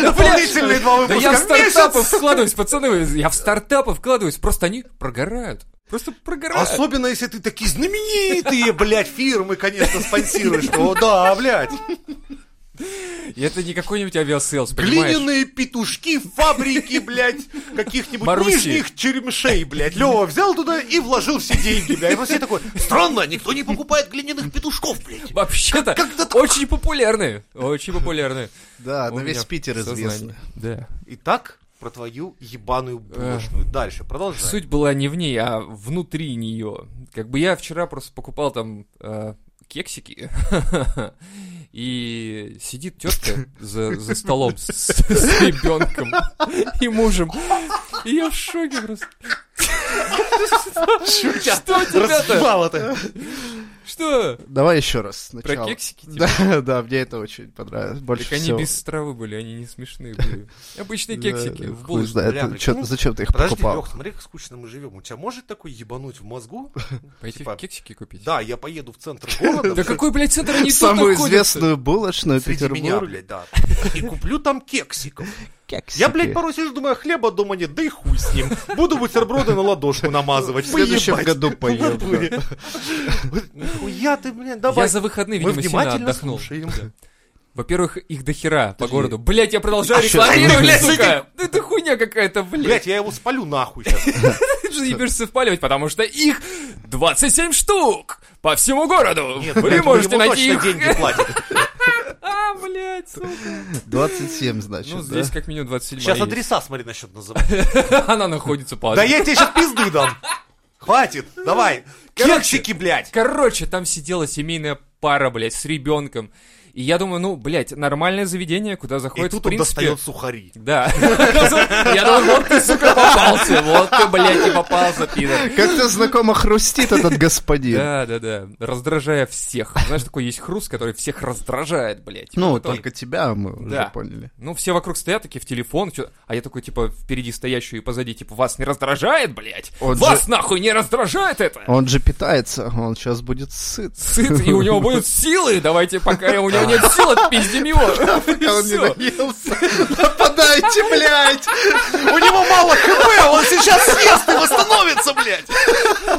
[SPEAKER 2] дополнительные два
[SPEAKER 1] Да
[SPEAKER 2] выпуска
[SPEAKER 1] я в
[SPEAKER 2] в месяц.
[SPEAKER 1] стартапы вкладываюсь, пацаны, я в стартапы вкладываюсь, просто они прогорают. Просто прогорают.
[SPEAKER 2] Особенно, если ты такие знаменитые, блядь, фирмы, конечно, спонсируешь. О, да, блядь.
[SPEAKER 1] И это не какой-нибудь авиаселс, понимаешь?
[SPEAKER 2] Глиняные петушки, фабрики, блядь, каких-нибудь
[SPEAKER 1] Маруси.
[SPEAKER 2] нижних черемшей, блядь. Лева взял туда и вложил все деньги, блядь. И вот все такой, странно, никто не покупает глиняных петушков, блядь.
[SPEAKER 1] Вообще-то очень популярные, очень популярные.
[SPEAKER 3] Да,
[SPEAKER 1] У
[SPEAKER 3] на весь
[SPEAKER 1] меня
[SPEAKER 3] Питер
[SPEAKER 1] в сознании.
[SPEAKER 3] известно.
[SPEAKER 1] Да.
[SPEAKER 2] Итак, про твою ебаную булочную. Дальше, продолжай.
[SPEAKER 1] Суть была не в ней, а внутри нее. Как бы я вчера просто покупал там э, кексики, и сидит тетка за, за столом с, с ребенком и мужем. И я в шоке просто.
[SPEAKER 2] Чё тебя
[SPEAKER 1] Что тебя-то?
[SPEAKER 2] разъебало-то?
[SPEAKER 1] Что?
[SPEAKER 3] Давай еще раз
[SPEAKER 1] Про
[SPEAKER 3] сначала.
[SPEAKER 1] кексики? типа?
[SPEAKER 3] Да, да, мне это очень понравилось. Больше
[SPEAKER 1] Так они
[SPEAKER 3] всего.
[SPEAKER 1] без травы были, они не смешные были. Обычные
[SPEAKER 3] Да,
[SPEAKER 1] кексики
[SPEAKER 3] да,
[SPEAKER 1] в
[SPEAKER 3] хуй
[SPEAKER 1] булочке.
[SPEAKER 3] знает,
[SPEAKER 2] Бля,
[SPEAKER 3] ты
[SPEAKER 2] прикинь?
[SPEAKER 3] чё- Зачем ты их
[SPEAKER 2] Подожди,
[SPEAKER 3] покупал?
[SPEAKER 2] Лех, смотри, как скучно мы живем. У тебя может такой ебануть в мозгу?
[SPEAKER 1] Пойти
[SPEAKER 2] типа,
[SPEAKER 1] кексики купить?
[SPEAKER 2] Да, я поеду в центр города.
[SPEAKER 1] Да
[SPEAKER 2] блядь,
[SPEAKER 1] какой, блядь, центр они тут
[SPEAKER 3] Самую
[SPEAKER 1] находятся?
[SPEAKER 3] известную
[SPEAKER 1] а,
[SPEAKER 3] булочную
[SPEAKER 2] Среди меня,
[SPEAKER 3] Петербурга.
[SPEAKER 2] блядь, да. И куплю там кексиков. Я, блядь, порой сижу, думаю, а хлеба дома нет, да и хуй с ним. Буду бутерброды на ладошку намазывать.
[SPEAKER 3] В следующем
[SPEAKER 2] Поебать.
[SPEAKER 3] году поем,
[SPEAKER 2] В натуре. Вот Нихуя ты, блин,
[SPEAKER 1] Я
[SPEAKER 2] давай.
[SPEAKER 1] за выходные,
[SPEAKER 2] Мы
[SPEAKER 1] видимо, сильно
[SPEAKER 2] внимательно
[SPEAKER 1] отдохнул.
[SPEAKER 2] слушаем.
[SPEAKER 1] Во-первых, их до хера по городу. Блять, я продолжаю
[SPEAKER 3] А чё ты,
[SPEAKER 1] рекламировать,
[SPEAKER 2] блядь,
[SPEAKER 1] сука! Да это хуйня какая-то, блять.
[SPEAKER 2] Блядь, я его спалю нахуй сейчас.
[SPEAKER 1] Ты же ебешься впаливать, потому что их 27 штук по всему городу.
[SPEAKER 2] Нет,
[SPEAKER 1] Вы
[SPEAKER 2] блядь,
[SPEAKER 1] можете
[SPEAKER 2] ему
[SPEAKER 1] найти
[SPEAKER 2] точно
[SPEAKER 1] их.
[SPEAKER 2] деньги платят.
[SPEAKER 1] А, блять, сука.
[SPEAKER 3] 27, значит,
[SPEAKER 1] Ну,
[SPEAKER 3] да?
[SPEAKER 1] здесь как минимум 27
[SPEAKER 2] Сейчас
[SPEAKER 1] есть.
[SPEAKER 2] адреса смотри насчет называть.
[SPEAKER 1] Она находится по
[SPEAKER 2] Да
[SPEAKER 1] адресу.
[SPEAKER 2] я тебе сейчас пизды дам. Хватит, давай. Кексики, блядь.
[SPEAKER 1] Короче, там сидела семейная пара, блядь, с ребенком. И я думаю, ну, блядь, нормальное заведение, куда
[SPEAKER 2] И
[SPEAKER 1] заходит, в
[SPEAKER 2] тут он
[SPEAKER 1] принципе...
[SPEAKER 2] достает сухари.
[SPEAKER 1] Да. Я думаю, вот ты, сука, попался, вот ты, блядь, и попался, пидор.
[SPEAKER 3] Как-то знакомо хрустит этот господин.
[SPEAKER 1] Да, да, да. Раздражая всех. Знаешь, такой есть хруст, который всех раздражает, блядь.
[SPEAKER 3] Ну,
[SPEAKER 1] Вот он-
[SPEAKER 3] только тебя мы
[SPEAKER 1] Да.
[SPEAKER 3] уже поняли.
[SPEAKER 1] Ну, все вокруг стоят такие в телефон, чё- а я такой, типа, впереди стоящий и позади, типа, вас не раздражает, блядь?
[SPEAKER 3] Он
[SPEAKER 1] вас нахуй не раздражает это?
[SPEAKER 3] Он же питается, он сейчас будет сыт.
[SPEAKER 1] Сыт, и у него будут силы, давайте, пока у него нет сил, отпиздим его. И
[SPEAKER 3] Он не
[SPEAKER 1] всё.
[SPEAKER 3] наелся. Нападайте, блядь!
[SPEAKER 2] У него мало хп, он сейчас съест и восстановится, блядь.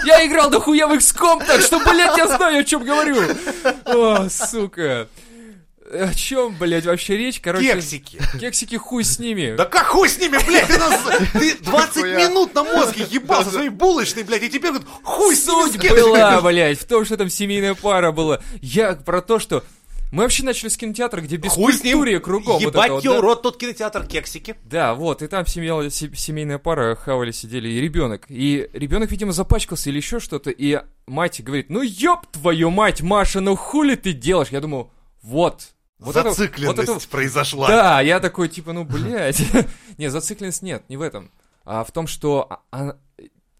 [SPEAKER 1] Я играл дохуя в XCOM, так что, блядь, я знаю, о чем говорю. О, сука. О чем, блядь, вообще речь? Короче,
[SPEAKER 2] Кексики.
[SPEAKER 1] Кексики хуй с ними.
[SPEAKER 2] Да как хуй с ними, блядь, ты, нас, ты 20
[SPEAKER 3] Нихуя.
[SPEAKER 2] минут на мозге ебался своей булочной, блядь, и теперь говорит, хуй с ними, с
[SPEAKER 1] Суть
[SPEAKER 2] кексиками.
[SPEAKER 1] была, блядь, в том, что там семейная пара была. Я про то, что... Мы вообще начали с кинотеатра, где без
[SPEAKER 2] Хуй с ним,
[SPEAKER 1] кругом. вот
[SPEAKER 2] ебать
[SPEAKER 1] это вот,
[SPEAKER 2] ёр,
[SPEAKER 1] да?
[SPEAKER 2] рот, тот кинотеатр, кексики.
[SPEAKER 1] Да, вот, и там семья, се- семейная пара хавали, сидели, и ребенок. И ребенок, видимо, запачкался или еще что-то, и мать говорит, ну ёб твою мать, Маша, ну хули ты делаешь? Я думал, вот. Вот это- вот
[SPEAKER 2] Зацикленность
[SPEAKER 1] это-
[SPEAKER 2] произошла.
[SPEAKER 1] Да, я такой, типа, ну, блядь. Не, зацикленность нет, не в этом. А в том, что а- а,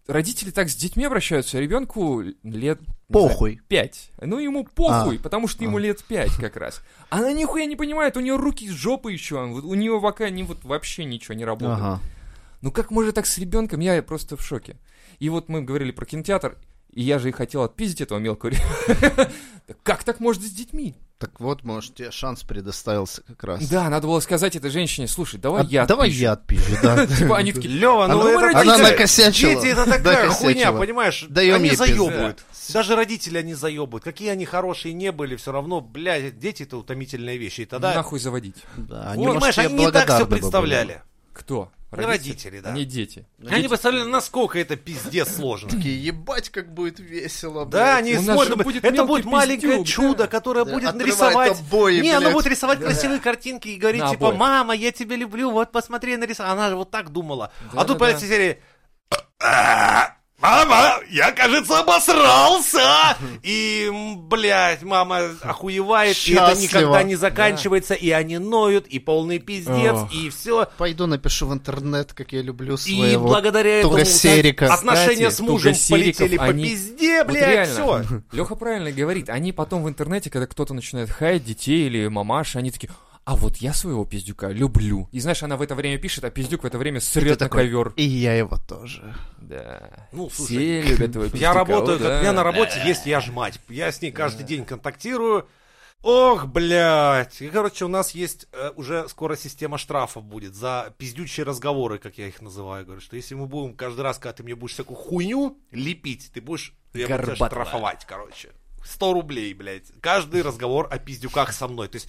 [SPEAKER 1] родители так с детьми обращаются, а ребенку лет... не знаю,
[SPEAKER 3] Похуй.
[SPEAKER 1] Пять. Ну, ему
[SPEAKER 3] А.
[SPEAKER 1] похуй, потому что ему лет пять как раз. Она нихуя не понимает, у нее руки из жопы еще, а у нее пока не, вот, вообще ничего не работает.
[SPEAKER 3] Ага.
[SPEAKER 1] Ну как можно так с ребенком? Я просто в шоке. И вот мы говорили про кинотеатр. И я же и хотел отпиздить этого мелкого. Как так можно с детьми?
[SPEAKER 3] Так вот, может, тебе шанс предоставился как раз.
[SPEAKER 1] Да, надо было сказать этой женщине, слушай, давай
[SPEAKER 3] А,
[SPEAKER 1] я
[SPEAKER 3] давай
[SPEAKER 1] отпишу».
[SPEAKER 3] я отпишу, да.
[SPEAKER 1] Типа они такие,
[SPEAKER 4] Лева, ну
[SPEAKER 1] Она-
[SPEAKER 4] это...
[SPEAKER 3] Она
[SPEAKER 4] дети-
[SPEAKER 3] накосячила.
[SPEAKER 4] Дети, это такая
[SPEAKER 3] Докосячила.
[SPEAKER 4] хуйня, понимаешь?
[SPEAKER 3] Даём
[SPEAKER 4] они
[SPEAKER 3] ей пизды.
[SPEAKER 4] заебывают. Даже родители они заебывают. Какие они хорошие не были, все равно, блядь, дети это утомительная вещь. И тогда,
[SPEAKER 1] нахуй заводить.
[SPEAKER 3] Да,
[SPEAKER 4] Вот,
[SPEAKER 3] они, может,
[SPEAKER 4] понимаешь,
[SPEAKER 3] тебе
[SPEAKER 4] они не так
[SPEAKER 3] благодарны
[SPEAKER 4] все
[SPEAKER 3] бы были.
[SPEAKER 4] представляли.
[SPEAKER 1] Кто?
[SPEAKER 4] Родители, да.
[SPEAKER 1] Не дети.
[SPEAKER 4] Они представляли, насколько это пиздец сложно.
[SPEAKER 3] Такие, ебать, как будет весело.
[SPEAKER 4] Да,
[SPEAKER 3] блядь.
[SPEAKER 4] они
[SPEAKER 1] У нас
[SPEAKER 4] смотрят,
[SPEAKER 1] же будет
[SPEAKER 4] это
[SPEAKER 1] мелкий
[SPEAKER 4] будет маленькое
[SPEAKER 1] пиздюк,
[SPEAKER 4] чудо,
[SPEAKER 1] да.
[SPEAKER 4] которое
[SPEAKER 3] Да,
[SPEAKER 4] будет
[SPEAKER 3] отрывает
[SPEAKER 4] нарисовать.
[SPEAKER 3] обои,
[SPEAKER 4] не, она
[SPEAKER 3] блядь.
[SPEAKER 4] будет рисовать красивые картинки и говорить
[SPEAKER 1] На
[SPEAKER 4] типа,
[SPEAKER 1] обои.
[SPEAKER 4] мама, я тебя люблю, вот посмотри, нарисовал. Она же вот так думала.
[SPEAKER 1] Да,
[SPEAKER 4] а тут
[SPEAKER 1] да,
[SPEAKER 4] появится
[SPEAKER 1] да.
[SPEAKER 4] серия. «А, Мама, я, кажется, обосрался! И, м, блядь, мама охуевает, и это
[SPEAKER 3] Счастливо.
[SPEAKER 4] никогда не заканчивается, и они ноют, и полный пиздец,
[SPEAKER 1] Ох.
[SPEAKER 4] и все.
[SPEAKER 3] Пойду напишу в интернет, как я люблю
[SPEAKER 4] И
[SPEAKER 3] своего.
[SPEAKER 4] благодаря этому
[SPEAKER 3] Тугасерика.
[SPEAKER 4] знаешь, отношения
[SPEAKER 1] Кстати,
[SPEAKER 4] с мужем
[SPEAKER 1] Тугасериков,
[SPEAKER 4] полетели по
[SPEAKER 1] они-
[SPEAKER 4] пизде,
[SPEAKER 1] Вот
[SPEAKER 4] блядь, все.
[SPEAKER 1] реально. Леха правильно говорит. Они потом в интернете, когда кто-то начинает хаять детей или мамаши, они такие, а вот я своего пиздюка люблю. И знаешь, она в это время пишет, а пиздюк в это время
[SPEAKER 3] И ты
[SPEAKER 1] срет на
[SPEAKER 3] такой,
[SPEAKER 1] ковер.
[SPEAKER 3] И я его тоже.
[SPEAKER 1] Да.
[SPEAKER 4] Ну, слушай,
[SPEAKER 1] Все любят этого пиздюка.
[SPEAKER 4] Я работаю,
[SPEAKER 1] вот
[SPEAKER 4] как-
[SPEAKER 1] да.
[SPEAKER 4] у меня на работе есть я ж мать. Я с ней каждый день контактирую. Ох, блядь. И, короче, у нас есть э, уже скоро система штрафов будет за пиздючие разговоры, как я их называю. Говорю, что если мы будем каждый раз, когда ты мне будешь всякую хуйню лепить, ты будешь я буду тебя
[SPEAKER 1] Горбатова.
[SPEAKER 4] штрафовать, короче. 100 рублей, блядь. Каждый разговор о пиздюках со мной. То есть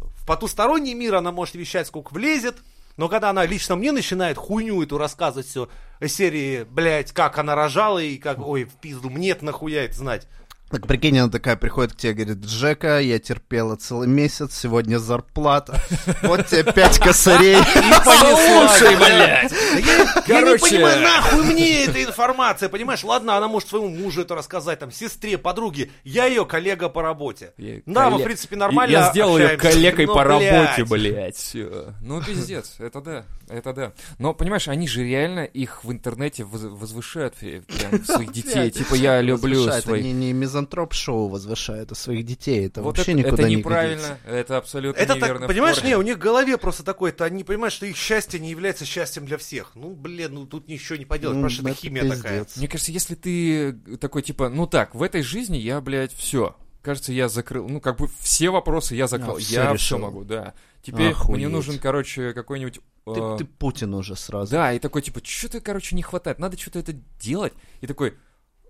[SPEAKER 4] в потусторонний мир она может вещать, сколько влезет, но когда она лично мне начинает хуйню эту рассказывать все серии, блядь, как она рожала и как, ой, в пизду, мне это нахуя это знать.
[SPEAKER 3] Так прикинь, она такая приходит к тебе, говорит, Джека, я терпела целый месяц, сегодня зарплата, вот тебе пять косарей.
[SPEAKER 4] Слушай, блядь! Я не
[SPEAKER 1] Короче.
[SPEAKER 4] понимаю, нахуй мне эта информация, понимаешь? Ладно, она может своему мужу это рассказать, там, сестре, подруге. Я ее коллега по работе.
[SPEAKER 1] Я
[SPEAKER 4] Да, мы,
[SPEAKER 1] колле-
[SPEAKER 4] в принципе, нормально
[SPEAKER 1] Я сделал ее
[SPEAKER 4] общаемся.
[SPEAKER 1] коллегой
[SPEAKER 4] Но,
[SPEAKER 1] по
[SPEAKER 4] блядь.
[SPEAKER 1] работе, Ну, блядь. Всё. Ну, пиздец, это да, это да. Но, понимаешь, они же реально их в интернете воз- возвышают э, прям своих детей. Типа, я люблю
[SPEAKER 3] Возвышает,
[SPEAKER 1] своих...
[SPEAKER 3] Не, не мизантроп-шоу возвышает, а своих детей. Это
[SPEAKER 1] Вот
[SPEAKER 3] вообще
[SPEAKER 1] это,
[SPEAKER 3] никуда
[SPEAKER 1] это
[SPEAKER 3] не
[SPEAKER 1] неправильно, это абсолютно
[SPEAKER 4] Это
[SPEAKER 1] неверно.
[SPEAKER 4] так, понимаешь,
[SPEAKER 1] впорно.
[SPEAKER 4] не, у них в голове просто такое, то они понимают, что их счастье не является счастьем для всех. Ну, блин, ну тут ничего не поделать, потому что
[SPEAKER 3] Ну,
[SPEAKER 4] это химия такая.
[SPEAKER 1] Мне кажется, если ты такой, типа, ну так, в этой жизни я, блядь, все. Кажется, я закрыл, ну, как бы все вопросы я закрыл.
[SPEAKER 3] А, всё
[SPEAKER 1] я все
[SPEAKER 3] решил.
[SPEAKER 1] могу, да. Теперь
[SPEAKER 3] Охуеть.
[SPEAKER 1] мне нужен, короче, какой-нибудь... э,
[SPEAKER 3] Ты, ты Путин уже сразу.
[SPEAKER 1] Да, и такой, типа, что-то, короче, не хватает, надо что-то это делать. И такой,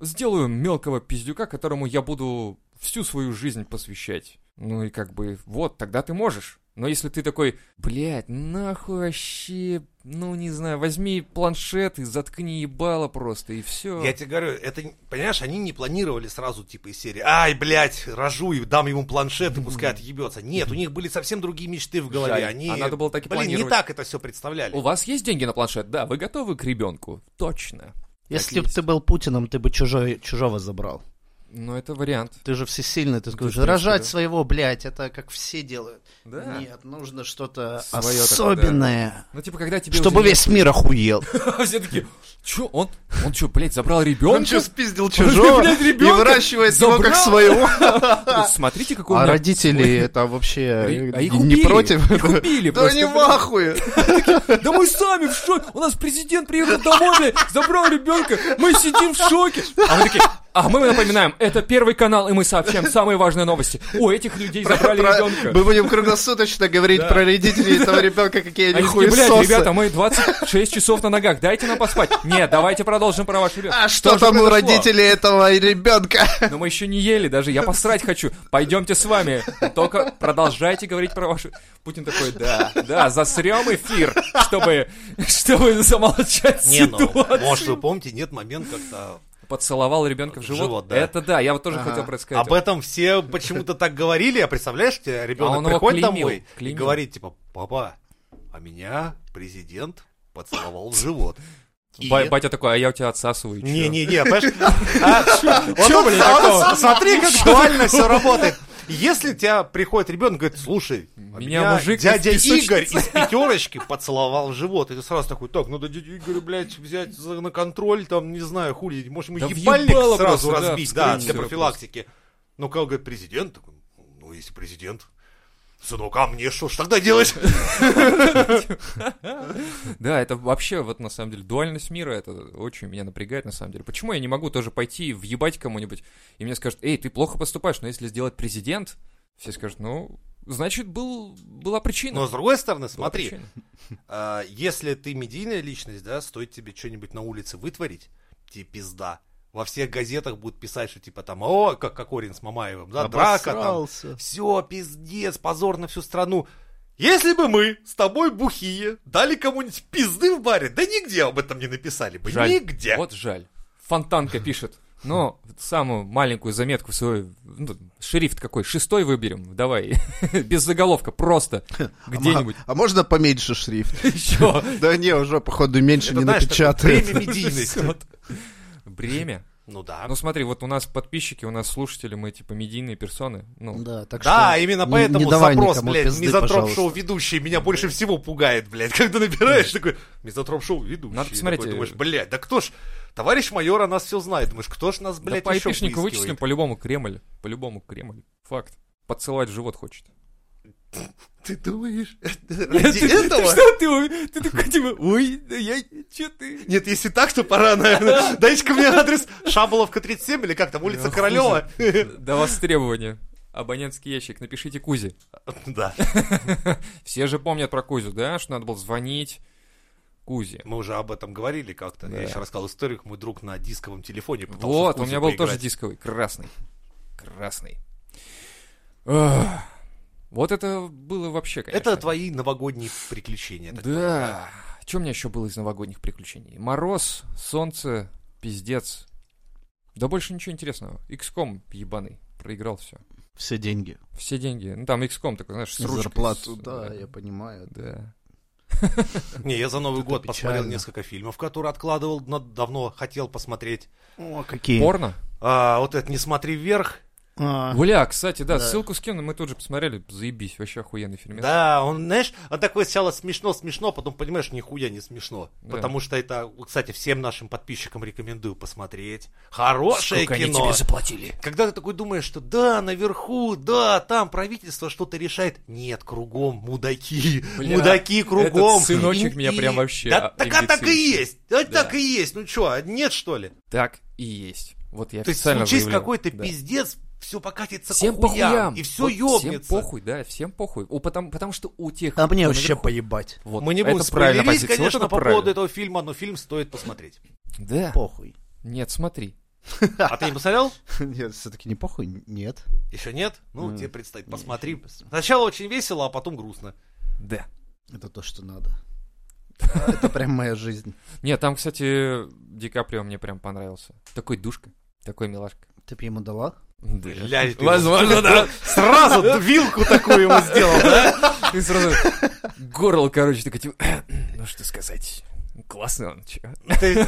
[SPEAKER 1] сделаю мелкого пиздюка, которому я буду всю свою жизнь посвящать. Ну и как бы, вот, тогда ты можешь. Но если ты такой, блядь, нахуй вообще, ну не знаю, возьми планшет и заткни ебало просто, и все.
[SPEAKER 4] Я тебе говорю, это, не- понимаешь, они не планировали сразу типа из серии «Ай, блядь, рожу и дам ему планшет, и пускай отъебется». Нет, у них были совсем другие мечты в голове.
[SPEAKER 1] Жаль.
[SPEAKER 4] Они,
[SPEAKER 1] А надо было так и
[SPEAKER 4] блин, не
[SPEAKER 1] планировать.
[SPEAKER 4] так это все представляли.
[SPEAKER 1] У вас есть деньги на планшет? Да, вы готовы к ребенку? Точно.
[SPEAKER 3] Если
[SPEAKER 1] так
[SPEAKER 3] бы
[SPEAKER 1] есть.
[SPEAKER 3] ты был Путиным, ты бы чужой, чужого забрал.
[SPEAKER 1] Но это вариант.
[SPEAKER 3] Ты же всесильный, ты скажешь,
[SPEAKER 1] принципе,
[SPEAKER 3] рожать
[SPEAKER 1] да.
[SPEAKER 3] своего, блядь, это как все делают.
[SPEAKER 1] Да.
[SPEAKER 3] Нет, нужно что-то
[SPEAKER 1] Своё такое, да.
[SPEAKER 3] особенное.
[SPEAKER 1] Ну типа когда тебе
[SPEAKER 3] Чтобы
[SPEAKER 1] уже
[SPEAKER 3] весь мир охуел.
[SPEAKER 1] нет- А все такие, чё, он, он чё, блядь, забрал
[SPEAKER 3] Он
[SPEAKER 1] ребенка?
[SPEAKER 3] что, спиздил чужого
[SPEAKER 1] блядь,
[SPEAKER 3] и
[SPEAKER 1] ребёнка
[SPEAKER 3] выращивает его как
[SPEAKER 1] забрал?
[SPEAKER 3] своего?
[SPEAKER 1] Смотрите, какой
[SPEAKER 3] А
[SPEAKER 1] у меня
[SPEAKER 3] родители это вообще
[SPEAKER 1] Ри- а их
[SPEAKER 3] не
[SPEAKER 1] убили,
[SPEAKER 3] против?
[SPEAKER 1] их убили
[SPEAKER 3] Да
[SPEAKER 1] просто,
[SPEAKER 3] они в
[SPEAKER 1] блядь.
[SPEAKER 3] ахуе.
[SPEAKER 1] Да мы сами в шоке. У нас президент приехал домой, блядь, забрал ребенка. Мы сидим в шоке. А мы такие, а мы напоминаем, это первый канал, и мы сообщаем самые важные новости. У этих людей забрали
[SPEAKER 3] Про-
[SPEAKER 1] ребенка.
[SPEAKER 3] Мы будем круглосуточно говорить про родителей этого ребенка, какие они
[SPEAKER 1] Они такие, блядь,
[SPEAKER 3] хуесосы.
[SPEAKER 1] ребята, мы 26 часов на ногах, дайте нам поспать. Нет, давайте продолжим про ваш ребенка.
[SPEAKER 3] А что там у родителей этого ребенка?
[SPEAKER 1] Но мы еще не ели даже, я посрать хочу. Пойдемте с вами. Только продолжайте говорить про вашу... Путин такой, да, да, засрем эфир, чтобы, чтобы замолчать
[SPEAKER 4] Не, ну,
[SPEAKER 1] ситуацию.
[SPEAKER 4] может, вы помните, нет момент как-то...
[SPEAKER 1] Поцеловал ребенка в живот.
[SPEAKER 4] Живот, да. А
[SPEAKER 1] Это да, я вот тоже хотел про это сказать.
[SPEAKER 4] Об этом все почему-то так говорили, а представляешь, тебе
[SPEAKER 1] А
[SPEAKER 4] ребенок
[SPEAKER 1] он его
[SPEAKER 4] приходит
[SPEAKER 1] клеймил,
[SPEAKER 4] домой и
[SPEAKER 1] клеймил.
[SPEAKER 4] говорит, типа, папа, а меня президент поцеловал в живот. И-
[SPEAKER 1] Ба- Батя такой, а я у тебя отсасываю. чё?
[SPEAKER 4] Не-не-не, понимаешь? А, вот тут
[SPEAKER 1] блин,
[SPEAKER 4] а вот
[SPEAKER 1] такого?
[SPEAKER 4] Смотри, как дуально все работает. Если тебя приходит ребенок и говорит, слушай, а
[SPEAKER 1] Меня мужик из
[SPEAKER 4] дядя
[SPEAKER 1] песочницы».
[SPEAKER 4] Игорь из пятерочки поцеловал в живот, и ты сразу такой, так, надо дядю Игоря, блядь, взять за- на контроль, там, не знаю, хули, может, ему
[SPEAKER 1] Да
[SPEAKER 4] ебальник
[SPEAKER 1] въебало
[SPEAKER 4] сразу
[SPEAKER 1] просто, да,
[SPEAKER 4] разбить, да,
[SPEAKER 1] вскрыть
[SPEAKER 4] для
[SPEAKER 1] всё
[SPEAKER 4] профилактики. Ну, как говорит президент, такой, ну, если президент, сынок, а мне что ж тогда делать?
[SPEAKER 1] Да, это вообще, вот на самом деле, дуальность мира, это очень меня напрягает на самом деле. Почему я не могу тоже пойти и въебать кому-нибудь, и мне скажут, эй, ты плохо поступаешь, но если сделать президент, все скажут, ну, значит, был, была причина.
[SPEAKER 4] Но с другой стороны,
[SPEAKER 1] Была
[SPEAKER 4] смотри,
[SPEAKER 1] причина.
[SPEAKER 4] а, если ты медийная личность, да, стоит тебе что-нибудь на улице вытворить, тебе пизда. Во всех газетах будут писать, что типа там, о, как Кокорин с Мамаевым, да, драка там,
[SPEAKER 3] Обосрался.
[SPEAKER 4] Все, пиздец, позор на всю страну. Если бы мы с тобой бухие дали кому-нибудь пизды в баре, да нигде об этом не написали бы.
[SPEAKER 1] Жаль.
[SPEAKER 4] Нигде.
[SPEAKER 1] Вот жаль. Фонтанка пишет. Но самую маленькую заметку свою, ну, шрифт какой, шестой выберем, давай, без заголовка, просто где-нибудь
[SPEAKER 3] А, а можно поменьше шрифт?
[SPEAKER 1] еще.
[SPEAKER 3] Да не, уже, походу, меньше
[SPEAKER 4] Это,
[SPEAKER 3] не
[SPEAKER 4] знаешь, такое
[SPEAKER 3] напечатают.
[SPEAKER 4] Время медийности.
[SPEAKER 1] Бремя.
[SPEAKER 4] Ну да.
[SPEAKER 1] Ну смотри, вот у нас подписчики, у нас слушатели, мы типа медийные персоны. Ну,
[SPEAKER 3] Да, так
[SPEAKER 4] Да,
[SPEAKER 3] что
[SPEAKER 4] именно
[SPEAKER 3] не-
[SPEAKER 4] поэтому
[SPEAKER 3] не давай
[SPEAKER 4] запрос,
[SPEAKER 3] никому
[SPEAKER 4] блядь,
[SPEAKER 3] пизды,
[SPEAKER 4] мизотроп
[SPEAKER 3] пожалуйста.
[SPEAKER 4] шоу ведущий меня больше всего пугает, блядь. Когда набираешь, такой, мизотроп шоу ведущий.
[SPEAKER 1] Надо
[SPEAKER 4] И
[SPEAKER 1] посмотреть,
[SPEAKER 4] такой
[SPEAKER 1] э,
[SPEAKER 4] думаешь, блядь, да кто ж, товарищ майор о нас все знает. Думаешь, кто ж нас,
[SPEAKER 1] да
[SPEAKER 4] блядь,
[SPEAKER 1] по
[SPEAKER 4] еще
[SPEAKER 1] айпишнику
[SPEAKER 4] выискивает?
[SPEAKER 1] вычислим, по-любому Кремль. По-любому Кремль. Факт. Подсылать в живот хочет.
[SPEAKER 4] Ты думаешь,
[SPEAKER 1] Ты- ты
[SPEAKER 4] ради этого?
[SPEAKER 1] Что ты? ой, Ты такой типа, ой, да я, че ты?
[SPEAKER 4] Нет, если так, то пора, наверное. Дайте-ка мне адрес Шаболовка 37 или как там, улица
[SPEAKER 1] Хуй
[SPEAKER 4] Королева.
[SPEAKER 1] До востребования. Абонентский ящик, напишите Кузе.
[SPEAKER 4] Да,
[SPEAKER 1] Все же помнят про Кузю, да? Что надо было звонить Кузе.
[SPEAKER 4] мы уже об этом говорили как-то.
[SPEAKER 1] Да.
[SPEAKER 4] Я еще рассказал историю, как мой друг на дисковом телефоне пытался в
[SPEAKER 1] Вот, у
[SPEAKER 4] Кузе
[SPEAKER 1] меня был тоже
[SPEAKER 4] поиграть.
[SPEAKER 1] дисковый, красный. Красный. Ах. Вот это было вообще, конечно.
[SPEAKER 4] Это твои новогодние приключения. так
[SPEAKER 1] Да. Что у меня еще было из новогодних приключений? Мороз, солнце, пиздец. Да больше ничего интересного. XCOM ебаный. Проиграл все.
[SPEAKER 3] все деньги.
[SPEAKER 1] Все деньги. Ну там XCOM такой, знаешь, с ручкой.
[SPEAKER 3] Зарплату,
[SPEAKER 1] с-
[SPEAKER 3] да, я понимаю.
[SPEAKER 1] Да.
[SPEAKER 4] Не, я за Новый
[SPEAKER 3] Это
[SPEAKER 4] год посмотрел
[SPEAKER 3] печально.
[SPEAKER 4] несколько фильмов, которые откладывал, но давно хотел посмотреть.
[SPEAKER 3] О, какие.
[SPEAKER 1] Порно?
[SPEAKER 4] А, вот это «Не смотри вверх».
[SPEAKER 3] А,
[SPEAKER 1] Бля, кстати, да,
[SPEAKER 3] Да.
[SPEAKER 1] ссылку скину, мы тут же посмотрели. Заебись, вообще охуенный фильм.
[SPEAKER 4] Да, он, знаешь, он такой сначала смешно-смешно, потом понимаешь, нихуя не смешно.
[SPEAKER 1] Да.
[SPEAKER 4] Потому что это, кстати, всем нашим подписчикам рекомендую посмотреть. Хорошее
[SPEAKER 1] Сколько они
[SPEAKER 4] кино.
[SPEAKER 1] тебе заплатили?
[SPEAKER 4] Когда ты такой думаешь, что да, наверху, да, там правительство что-то решает. Нет, кругом мудаки,
[SPEAKER 1] Бля,
[SPEAKER 4] мудаки кругом.
[SPEAKER 1] этот сыночек меня прям вообще
[SPEAKER 4] Да, так, а так и
[SPEAKER 1] имбецильщик.
[SPEAKER 4] есть, а
[SPEAKER 1] Да.
[SPEAKER 4] так и есть. Ну что, нет что ли?
[SPEAKER 1] Так и есть. Вот я
[SPEAKER 4] То есть
[SPEAKER 1] официально
[SPEAKER 4] случись
[SPEAKER 1] заявляю.
[SPEAKER 4] какой-то
[SPEAKER 1] Да.
[SPEAKER 4] пиздец, все покатится
[SPEAKER 1] Всем
[SPEAKER 4] к
[SPEAKER 1] по
[SPEAKER 4] хуям,
[SPEAKER 1] хуям.
[SPEAKER 4] и все
[SPEAKER 1] Вот
[SPEAKER 4] ёбнется.
[SPEAKER 1] Всем похуй, да, всем похуй. О, потому, потому что у тех...
[SPEAKER 3] А мне
[SPEAKER 1] кто
[SPEAKER 3] вообще
[SPEAKER 1] наверху-
[SPEAKER 3] поебать.
[SPEAKER 1] Вот,
[SPEAKER 4] Мы не будем
[SPEAKER 1] это правильная
[SPEAKER 4] спойлерить,
[SPEAKER 1] позиция, вот
[SPEAKER 4] конечно,
[SPEAKER 1] это
[SPEAKER 4] по
[SPEAKER 1] правильно.
[SPEAKER 4] поводу этого фильма, но фильм стоит посмотреть.
[SPEAKER 1] Да.
[SPEAKER 3] Похуй.
[SPEAKER 1] Нет, смотри.
[SPEAKER 4] А ты не посмотрел?
[SPEAKER 3] Нет, все-таки не похуй? Нет.
[SPEAKER 4] Еще нет? Ну,
[SPEAKER 3] Ну,
[SPEAKER 4] тебе предстоит,
[SPEAKER 3] не,
[SPEAKER 4] посмотри.
[SPEAKER 3] ещё не посмотрел.
[SPEAKER 4] Сначала очень весело, а потом грустно.
[SPEAKER 1] Да.
[SPEAKER 3] Это то, что надо. Это прям моя жизнь.
[SPEAKER 1] Нет, там, кстати, Ди Каприо мне прям понравился. Такой душка, такой милашка.
[SPEAKER 3] Ты б ему дала?
[SPEAKER 1] Да.
[SPEAKER 4] Блядь, ты
[SPEAKER 1] Возможно, да.
[SPEAKER 4] Сразу вилку такую ему сделал, да?
[SPEAKER 1] И сразу горло, короче, такой, типа, ну что сказать. Классный он, чё.
[SPEAKER 4] Ты-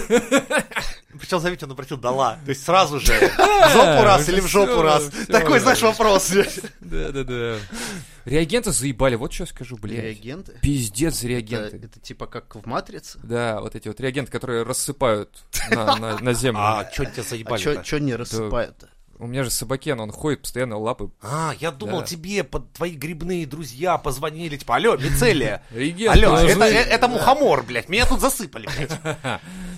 [SPEAKER 4] Причем, заметьте, он обратил «дала». То есть сразу же. В жопу раз или в жопу
[SPEAKER 1] Всё,
[SPEAKER 4] раз.
[SPEAKER 1] всё,
[SPEAKER 4] Такой,
[SPEAKER 1] да.
[SPEAKER 4] знаешь, вопрос.
[SPEAKER 1] Да-да-да. Реагенты заебали, вот что скажу, блядь.
[SPEAKER 3] Реагенты?
[SPEAKER 1] Пиздец
[SPEAKER 3] Это,
[SPEAKER 1] реагенты.
[SPEAKER 3] это типа как в «Матрице»?
[SPEAKER 1] Да, вот эти вот реагенты, которые рассыпают на, на- на землю.
[SPEAKER 4] что тебя
[SPEAKER 3] А чё чё не рассыпают-то?
[SPEAKER 1] У меня же собакен, он ходит постоянно лапы.
[SPEAKER 4] А, я думал,
[SPEAKER 1] Да.
[SPEAKER 4] тебе под твои грибные друзья позвонили, типа, алло, Мицелия,
[SPEAKER 1] Реген,
[SPEAKER 4] алло,
[SPEAKER 1] положи.
[SPEAKER 4] это, э- это мухомор, блядь, меня тут засыпали, блядь.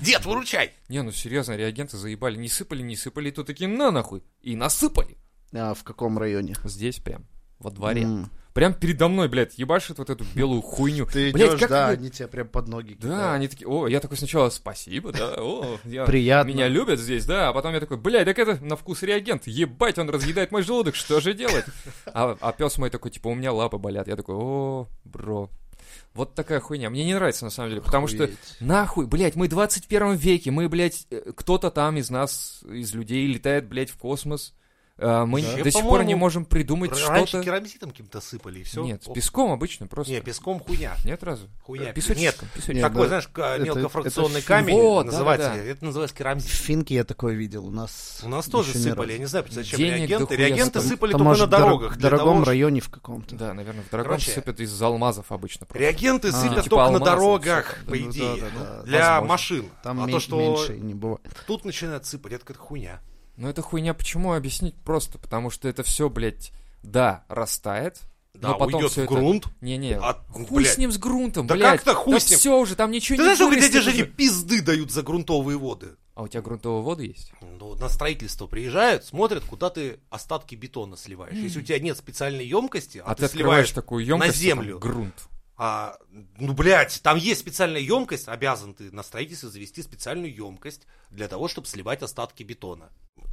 [SPEAKER 4] Дед, выручай.
[SPEAKER 1] Не, ну серьезно, реагенты заебали. Не сыпали, не сыпали, и тут такие на нахуй. И насыпали.
[SPEAKER 3] А в каком районе?
[SPEAKER 1] Здесь прям, во дворе.
[SPEAKER 3] М.
[SPEAKER 1] Прям передо мной, блядь, ебашит вот эту белую хуйню.
[SPEAKER 3] Ты
[SPEAKER 1] Блядь,
[SPEAKER 3] идешь,
[SPEAKER 1] как
[SPEAKER 3] да,
[SPEAKER 1] вы-
[SPEAKER 3] они тебя прям под ноги
[SPEAKER 1] Да, они такие, о, я такой сначала, спасибо, да, о, я-
[SPEAKER 3] Приятно.
[SPEAKER 1] меня любят здесь, да, а потом я такой, блядь, так это на вкус реагент, ебать, он разъедает мой желудок, что же делать? А, а пес мой такой, типа, у меня лапы болят, я такой, о, бро, вот такая хуйня, мне не нравится на самом деле, потому что
[SPEAKER 3] Охуеть.
[SPEAKER 1] Нахуй, блядь, мы в 21 веке, мы, блядь, э, кто-то там из нас, из людей, летает, блядь, в космос. А, Мы
[SPEAKER 4] Да.
[SPEAKER 1] до
[SPEAKER 4] Я,
[SPEAKER 1] сих пор не
[SPEAKER 4] по-моему,
[SPEAKER 1] можем придумать
[SPEAKER 4] Раньше
[SPEAKER 1] что-то.
[SPEAKER 4] керамзитом каким-то сыпали, и все.
[SPEAKER 1] Нет, с песком обычно просто.
[SPEAKER 4] Не, песком хуйня.
[SPEAKER 1] Нет разу?
[SPEAKER 4] Хуйня. Нет,
[SPEAKER 1] Песочком, песочком.
[SPEAKER 3] Нет,
[SPEAKER 4] такой,
[SPEAKER 3] да.
[SPEAKER 4] знаешь, к-
[SPEAKER 3] Это-
[SPEAKER 4] мелкофракционный
[SPEAKER 3] это
[SPEAKER 4] камень
[SPEAKER 1] фигня. О,
[SPEAKER 4] называется.
[SPEAKER 1] да-да-да.
[SPEAKER 4] Это называется
[SPEAKER 3] В
[SPEAKER 4] керамзит.
[SPEAKER 3] Финке я такое видел. У нас
[SPEAKER 4] У нас тоже
[SPEAKER 3] еще ни
[SPEAKER 4] сыпали,
[SPEAKER 3] разу.
[SPEAKER 4] я не знаю, зачем
[SPEAKER 1] Денег
[SPEAKER 4] реагенты.
[SPEAKER 1] дохуя
[SPEAKER 4] Реагенты
[SPEAKER 1] стоит.
[SPEAKER 4] сыпали только
[SPEAKER 3] Там,
[SPEAKER 4] на
[SPEAKER 3] может, дор-
[SPEAKER 4] дорогах.
[SPEAKER 3] В
[SPEAKER 4] для того,
[SPEAKER 3] дорогом
[SPEAKER 4] чтобы-
[SPEAKER 3] районе в каком-то.
[SPEAKER 1] Да, наверное, в дорогом
[SPEAKER 4] Короче,
[SPEAKER 1] сыпят из алмазов обычно. просто.
[SPEAKER 4] Реагенты
[SPEAKER 3] А.
[SPEAKER 4] сыпят
[SPEAKER 1] Типа
[SPEAKER 4] только на
[SPEAKER 1] алмазы,
[SPEAKER 4] дорогах,
[SPEAKER 1] всё.
[SPEAKER 4] по
[SPEAKER 3] Ну,
[SPEAKER 4] идее.
[SPEAKER 3] да-да-да.
[SPEAKER 4] Для
[SPEAKER 1] Возможно.
[SPEAKER 4] машин.
[SPEAKER 3] Там
[SPEAKER 4] А
[SPEAKER 3] ме-
[SPEAKER 4] то, что
[SPEAKER 3] меньше не бывает.
[SPEAKER 4] тут начинают сыпать, это какая-то хуйня.
[SPEAKER 1] Но это хуйня почему объяснить просто? Потому что это все, блядь, да, растает,
[SPEAKER 3] Ну,
[SPEAKER 4] Да,
[SPEAKER 1] но потом
[SPEAKER 4] уйдет
[SPEAKER 1] всё
[SPEAKER 4] в
[SPEAKER 1] это-
[SPEAKER 4] грунт.
[SPEAKER 1] Не-не,
[SPEAKER 4] А,
[SPEAKER 1] хуй
[SPEAKER 4] блядь.
[SPEAKER 1] с ним, с грунтом,
[SPEAKER 4] Да
[SPEAKER 1] блядь.
[SPEAKER 4] как-то хуй
[SPEAKER 1] да
[SPEAKER 4] с ним.
[SPEAKER 1] все уже, там ничего
[SPEAKER 4] Ты
[SPEAKER 1] не
[SPEAKER 4] знаешь, сколько
[SPEAKER 1] вырастет
[SPEAKER 4] дяде Жене
[SPEAKER 1] уже.
[SPEAKER 4] пизды дают за грунтовые воды?
[SPEAKER 1] А у тебя грунтовые воды есть?
[SPEAKER 4] Ну, на строительство приезжают, смотрят, куда ты остатки бетона сливаешь. Если у тебя нет специальной емкости, а,
[SPEAKER 1] А, ты
[SPEAKER 4] ты
[SPEAKER 1] открываешь
[SPEAKER 4] сливаешь...
[SPEAKER 1] такую емкость,
[SPEAKER 4] землю.
[SPEAKER 1] грунт.
[SPEAKER 4] а, ну, блядь, там есть специальная емкость, обязан ты на строительстве завести специальную емкость для того, чтобы сливать остатки бетона.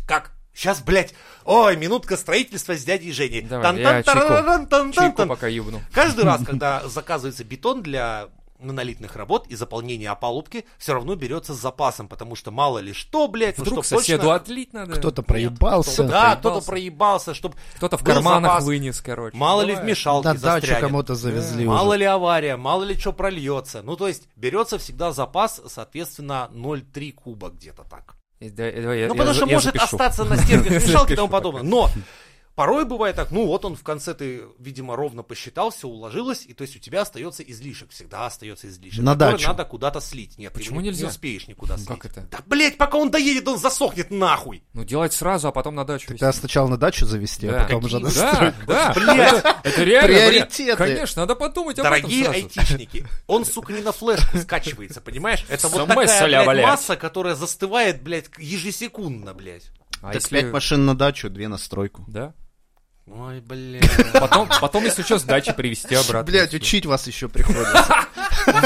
[SPEAKER 4] Как? Сейчас, блядь, ой, минутка строительства с дядей Женей.
[SPEAKER 1] Давай,
[SPEAKER 4] Тан-тан,
[SPEAKER 1] я чайку-
[SPEAKER 4] тарараран, тан-тан,
[SPEAKER 1] Чайку
[SPEAKER 4] тан.
[SPEAKER 1] пока ебну.
[SPEAKER 4] Каждый раз, когда заказывается бетон для монолитных работ и заполнения опалубки, все равно берется с запасом, потому что мало ли что, блядь, ну,
[SPEAKER 1] Вдруг
[SPEAKER 4] чтоб
[SPEAKER 1] соседу
[SPEAKER 4] точно-
[SPEAKER 1] отлить надо.
[SPEAKER 5] Кто-то
[SPEAKER 4] Да,
[SPEAKER 5] проебался.
[SPEAKER 1] проебался.
[SPEAKER 4] кто-то проебался, чтобы
[SPEAKER 1] Кто-то в
[SPEAKER 4] был
[SPEAKER 1] карманах
[SPEAKER 4] запас.
[SPEAKER 1] вынес, короче.
[SPEAKER 4] мало ли в
[SPEAKER 1] Бывает.
[SPEAKER 4] мешалке
[SPEAKER 5] Да дачу
[SPEAKER 4] застрянет.
[SPEAKER 5] кому-то завезли уже.
[SPEAKER 4] Мало ли авария, мало ли что прольется. Ну, то есть, берется всегда запас, соответственно, 0,3 куба где-то так.
[SPEAKER 1] И да- и давай я-
[SPEAKER 4] ну,
[SPEAKER 1] я
[SPEAKER 4] потому
[SPEAKER 1] за-
[SPEAKER 4] что
[SPEAKER 1] я
[SPEAKER 4] может
[SPEAKER 1] запишу.
[SPEAKER 4] остаться на стенках мешалки и
[SPEAKER 1] Запишу
[SPEAKER 4] тому
[SPEAKER 1] пока.
[SPEAKER 4] подобное. Но порой бывает так, ну, вот он в конце ты, видимо, ровно посчитал, все уложилось, и то есть у тебя остается излишек, всегда остается излишек.
[SPEAKER 5] На
[SPEAKER 4] который
[SPEAKER 5] дачу.
[SPEAKER 4] надо куда-то слить. Нет, ты
[SPEAKER 1] Почему
[SPEAKER 4] его не-
[SPEAKER 1] нельзя?
[SPEAKER 4] Не успеешь никуда слить.
[SPEAKER 1] Как это?
[SPEAKER 4] Да, блядь, пока он доедет, он засохнет нахуй.
[SPEAKER 1] Ну, делать сразу, а потом на дачу.
[SPEAKER 5] Ты сначала на дачу завести, а
[SPEAKER 1] Да.
[SPEAKER 5] потом уже
[SPEAKER 4] Какие-
[SPEAKER 5] на
[SPEAKER 1] везти.
[SPEAKER 5] стройку.
[SPEAKER 1] Да, да.
[SPEAKER 4] Блядь,
[SPEAKER 1] Это реально, блин,
[SPEAKER 5] Приоритеты.
[SPEAKER 1] Конечно, надо подумать об этом
[SPEAKER 4] Дорогие
[SPEAKER 1] сразу.
[SPEAKER 4] айтишники, он, сука, не на флешку скачивается, понимаешь? Это
[SPEAKER 1] С
[SPEAKER 4] вот
[SPEAKER 1] ума
[SPEAKER 4] такая,
[SPEAKER 1] соля,
[SPEAKER 4] блядь,
[SPEAKER 1] блядь.
[SPEAKER 4] масса, которая застывает, блядь, ежесекундно, блядь.
[SPEAKER 1] А
[SPEAKER 3] Так
[SPEAKER 1] если-
[SPEAKER 3] пять машин на дачу, две на стройку.
[SPEAKER 1] Да.
[SPEAKER 4] Ой, блядь.
[SPEAKER 1] Потом, потом, если что, с дачи привезти обратно.
[SPEAKER 3] Блять, учить вас еще приходится.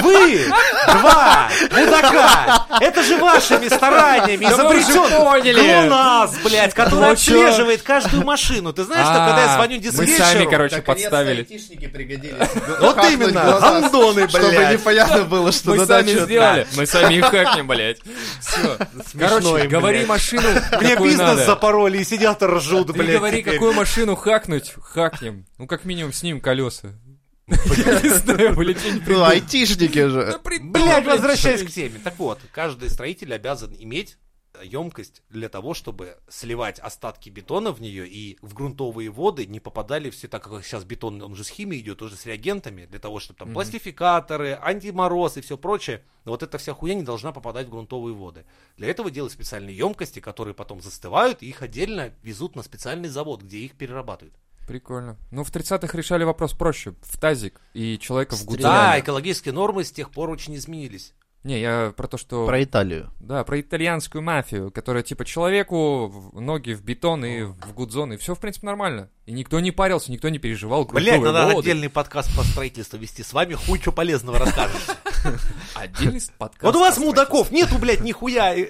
[SPEAKER 4] Вы два мудака! Это же вашими стараниями
[SPEAKER 1] Да мы уже
[SPEAKER 4] изобретен Ну,
[SPEAKER 1] поняли.
[SPEAKER 4] ГЛОНАСС, блядь, который
[SPEAKER 1] Ну чё?
[SPEAKER 4] отслеживает каждую машину. Ты знаешь, что
[SPEAKER 1] А,
[SPEAKER 4] когда я звоню
[SPEAKER 1] Мы сами,
[SPEAKER 4] диспетчеру...
[SPEAKER 1] короче, подставили.
[SPEAKER 3] айтишники пригодились.
[SPEAKER 4] Вот именно, гандоны,
[SPEAKER 3] Чтобы
[SPEAKER 4] блядь.
[SPEAKER 3] непонятно было, что
[SPEAKER 1] Мы
[SPEAKER 3] на
[SPEAKER 1] сами
[SPEAKER 3] дачу.
[SPEAKER 1] сделали. Мы сами их хакнем, блядь. Все.
[SPEAKER 3] Смешно
[SPEAKER 1] Короче,
[SPEAKER 3] им,
[SPEAKER 1] говори
[SPEAKER 3] блядь.
[SPEAKER 1] машину,
[SPEAKER 4] Мне
[SPEAKER 1] какую
[SPEAKER 4] бизнес
[SPEAKER 1] надо.
[SPEAKER 4] запороли и сидят и ржут,
[SPEAKER 1] Ты
[SPEAKER 4] блядь.
[SPEAKER 1] говори,
[SPEAKER 4] теперь.
[SPEAKER 1] какую машину хакнуть, хакнем. Ну, как минимум, снимем колеса. Я не знаю, блядь, я не
[SPEAKER 3] Ну,
[SPEAKER 1] придумал.
[SPEAKER 3] айтишники
[SPEAKER 1] Да
[SPEAKER 3] же.
[SPEAKER 1] придумал,
[SPEAKER 4] Блядь, возвращаясь
[SPEAKER 1] Ну, что
[SPEAKER 4] к теме. Так вот, каждый строитель обязан иметь емкость для того, чтобы сливать остатки бетона в нее и в грунтовые воды не попадали все, так как сейчас бетон, он же с химией идет, уже с реагентами, для того, чтобы там
[SPEAKER 1] Мгм.
[SPEAKER 4] пластификаторы, антимороз и все прочее, но вот эта вся хуйня не должна попадать в грунтовые воды. Для этого делают специальные емкости, которые потом застывают, и их отдельно везут на специальный завод, где их перерабатывают.
[SPEAKER 1] Прикольно. Ну, в 30-х решали вопрос проще. В тазик и человека в
[SPEAKER 5] Стреляли.
[SPEAKER 4] Да,
[SPEAKER 1] гудзоне.
[SPEAKER 4] экологические нормы с тех пор очень изменились.
[SPEAKER 1] Не, я про то, что...
[SPEAKER 3] Про Италию.
[SPEAKER 1] Да, про итальянскую мафию, которая типа человеку в- ноги в бетон и в гудзон, и все, в принципе, нормально. И никто не парился, никто не переживал.
[SPEAKER 4] Блять,
[SPEAKER 1] грунтовые
[SPEAKER 4] надо
[SPEAKER 1] воды.
[SPEAKER 4] отдельный подкаст по строительству вести. С вами хуй что полезного расскажешь.
[SPEAKER 1] Отдельный с- подкаст.
[SPEAKER 4] Вот у вас,
[SPEAKER 1] про
[SPEAKER 4] мудаков, нету, блядь, нихуя э, э,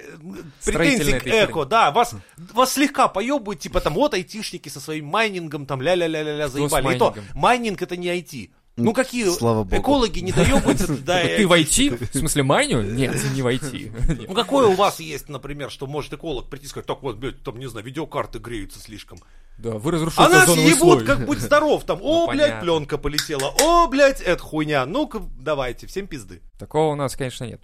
[SPEAKER 4] претензий
[SPEAKER 1] Строительной
[SPEAKER 4] к
[SPEAKER 1] этой
[SPEAKER 4] эко. Да, вас, вас слегка поебают, типа там вот айтишники со своим майнингом там ля-ля-ля-ля-ля
[SPEAKER 1] Что с
[SPEAKER 4] заебали. И то,
[SPEAKER 1] майнингом?
[SPEAKER 4] майнинг это не IT. Ну какие
[SPEAKER 3] слава богу.
[SPEAKER 4] экологи не доебываются, да,
[SPEAKER 1] строительство.
[SPEAKER 4] и
[SPEAKER 1] Ты
[SPEAKER 4] IT.
[SPEAKER 1] войти? В смысле, майню? Нет, не войти.
[SPEAKER 4] Ну какое у вас есть, например, что может эколог прийти и сказать, так вот, блядь, там, не знаю, видеокарты греются слишком.
[SPEAKER 1] Да, вы разрушите
[SPEAKER 4] А нас
[SPEAKER 1] озоновый
[SPEAKER 4] ебут,
[SPEAKER 1] слой.
[SPEAKER 4] как будь здоров, там, о,
[SPEAKER 1] Ну,
[SPEAKER 4] блядь,
[SPEAKER 1] понятно.
[SPEAKER 4] пленка полетела, о, блядь, это хуйня, ну-ка, давайте, всем пизды.
[SPEAKER 1] Такого у нас, конечно, нет.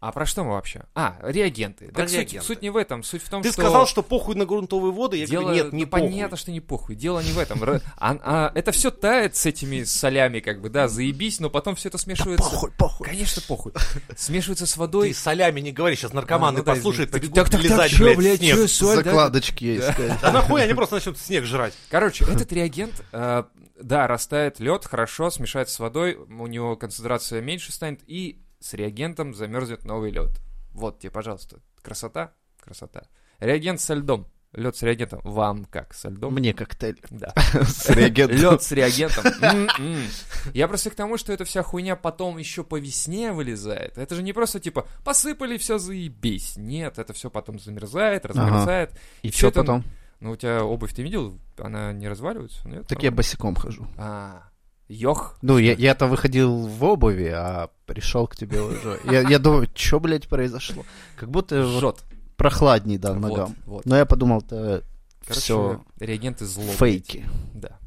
[SPEAKER 1] А про что мы вообще? А, реагенты.
[SPEAKER 4] Про
[SPEAKER 1] Так суть-
[SPEAKER 4] реагенты.
[SPEAKER 1] Суть, не в этом. Суть в том,
[SPEAKER 4] Ты
[SPEAKER 1] что...
[SPEAKER 4] сказал, что похуй на грунтовые воды, я
[SPEAKER 1] Дело...
[SPEAKER 4] говорю, нет, не
[SPEAKER 1] ну,
[SPEAKER 4] похуй.
[SPEAKER 1] Понятно, что не похуй. Дело не в этом. Ра- а- а это все тает с этими солями, как бы, да, заебись, но потом все это смешивается...
[SPEAKER 5] Похуй, похуй.
[SPEAKER 1] Конечно, похуй. Смешивается с
[SPEAKER 4] Ты
[SPEAKER 1] водой.
[SPEAKER 4] солями не говори, сейчас
[SPEAKER 1] А,
[SPEAKER 4] наркоманы
[SPEAKER 1] ну да,
[SPEAKER 4] послушают,
[SPEAKER 1] извини.
[SPEAKER 4] побегут
[SPEAKER 1] Так, так, так,
[SPEAKER 4] лизать,
[SPEAKER 1] чё,
[SPEAKER 4] блядь,
[SPEAKER 1] блядь,
[SPEAKER 4] снег.
[SPEAKER 1] чё, соль, да?
[SPEAKER 3] Закладочки есть. конечно.
[SPEAKER 4] Да нахуй они просто начнут снег жрать.
[SPEAKER 1] Короче, этот реагент, э, да, растает лед, хорошо, смешается с водой, у него концентрация меньше станет, и с реагентом замерзнет новый лед. Вот тебе, пожалуйста. Красота? Красота. Реагент со льдом. Лед с реагентом. Вам как? Со льдом?
[SPEAKER 3] Мне коктейль
[SPEAKER 1] Да.
[SPEAKER 3] с реагентом.
[SPEAKER 1] Лед с реагентом. М-м. Я просто к тому, что эта вся хуйня потом еще по весне вылезает. Это же не просто типа посыпали, все заебись. Нет, это все потом замерзает, размерзает.
[SPEAKER 3] И
[SPEAKER 1] всё это-
[SPEAKER 3] что потом?
[SPEAKER 1] Ну, у тебя обувь ты видел? Она не разваливается? Нет?
[SPEAKER 3] Так я босиком хожу.
[SPEAKER 1] А, йох.
[SPEAKER 3] Ну, я- я-то выходил в обуви, а пришел к тебе уже. Я, я думаю, что, блядь, произошло? Как будто вот
[SPEAKER 1] Жжет.
[SPEAKER 3] прохладней, да,
[SPEAKER 1] Вот,
[SPEAKER 3] ногам.
[SPEAKER 1] вот.
[SPEAKER 3] Но я подумал, это
[SPEAKER 1] Короче,
[SPEAKER 3] все
[SPEAKER 1] реагенты зло.
[SPEAKER 3] фейки.
[SPEAKER 1] Да.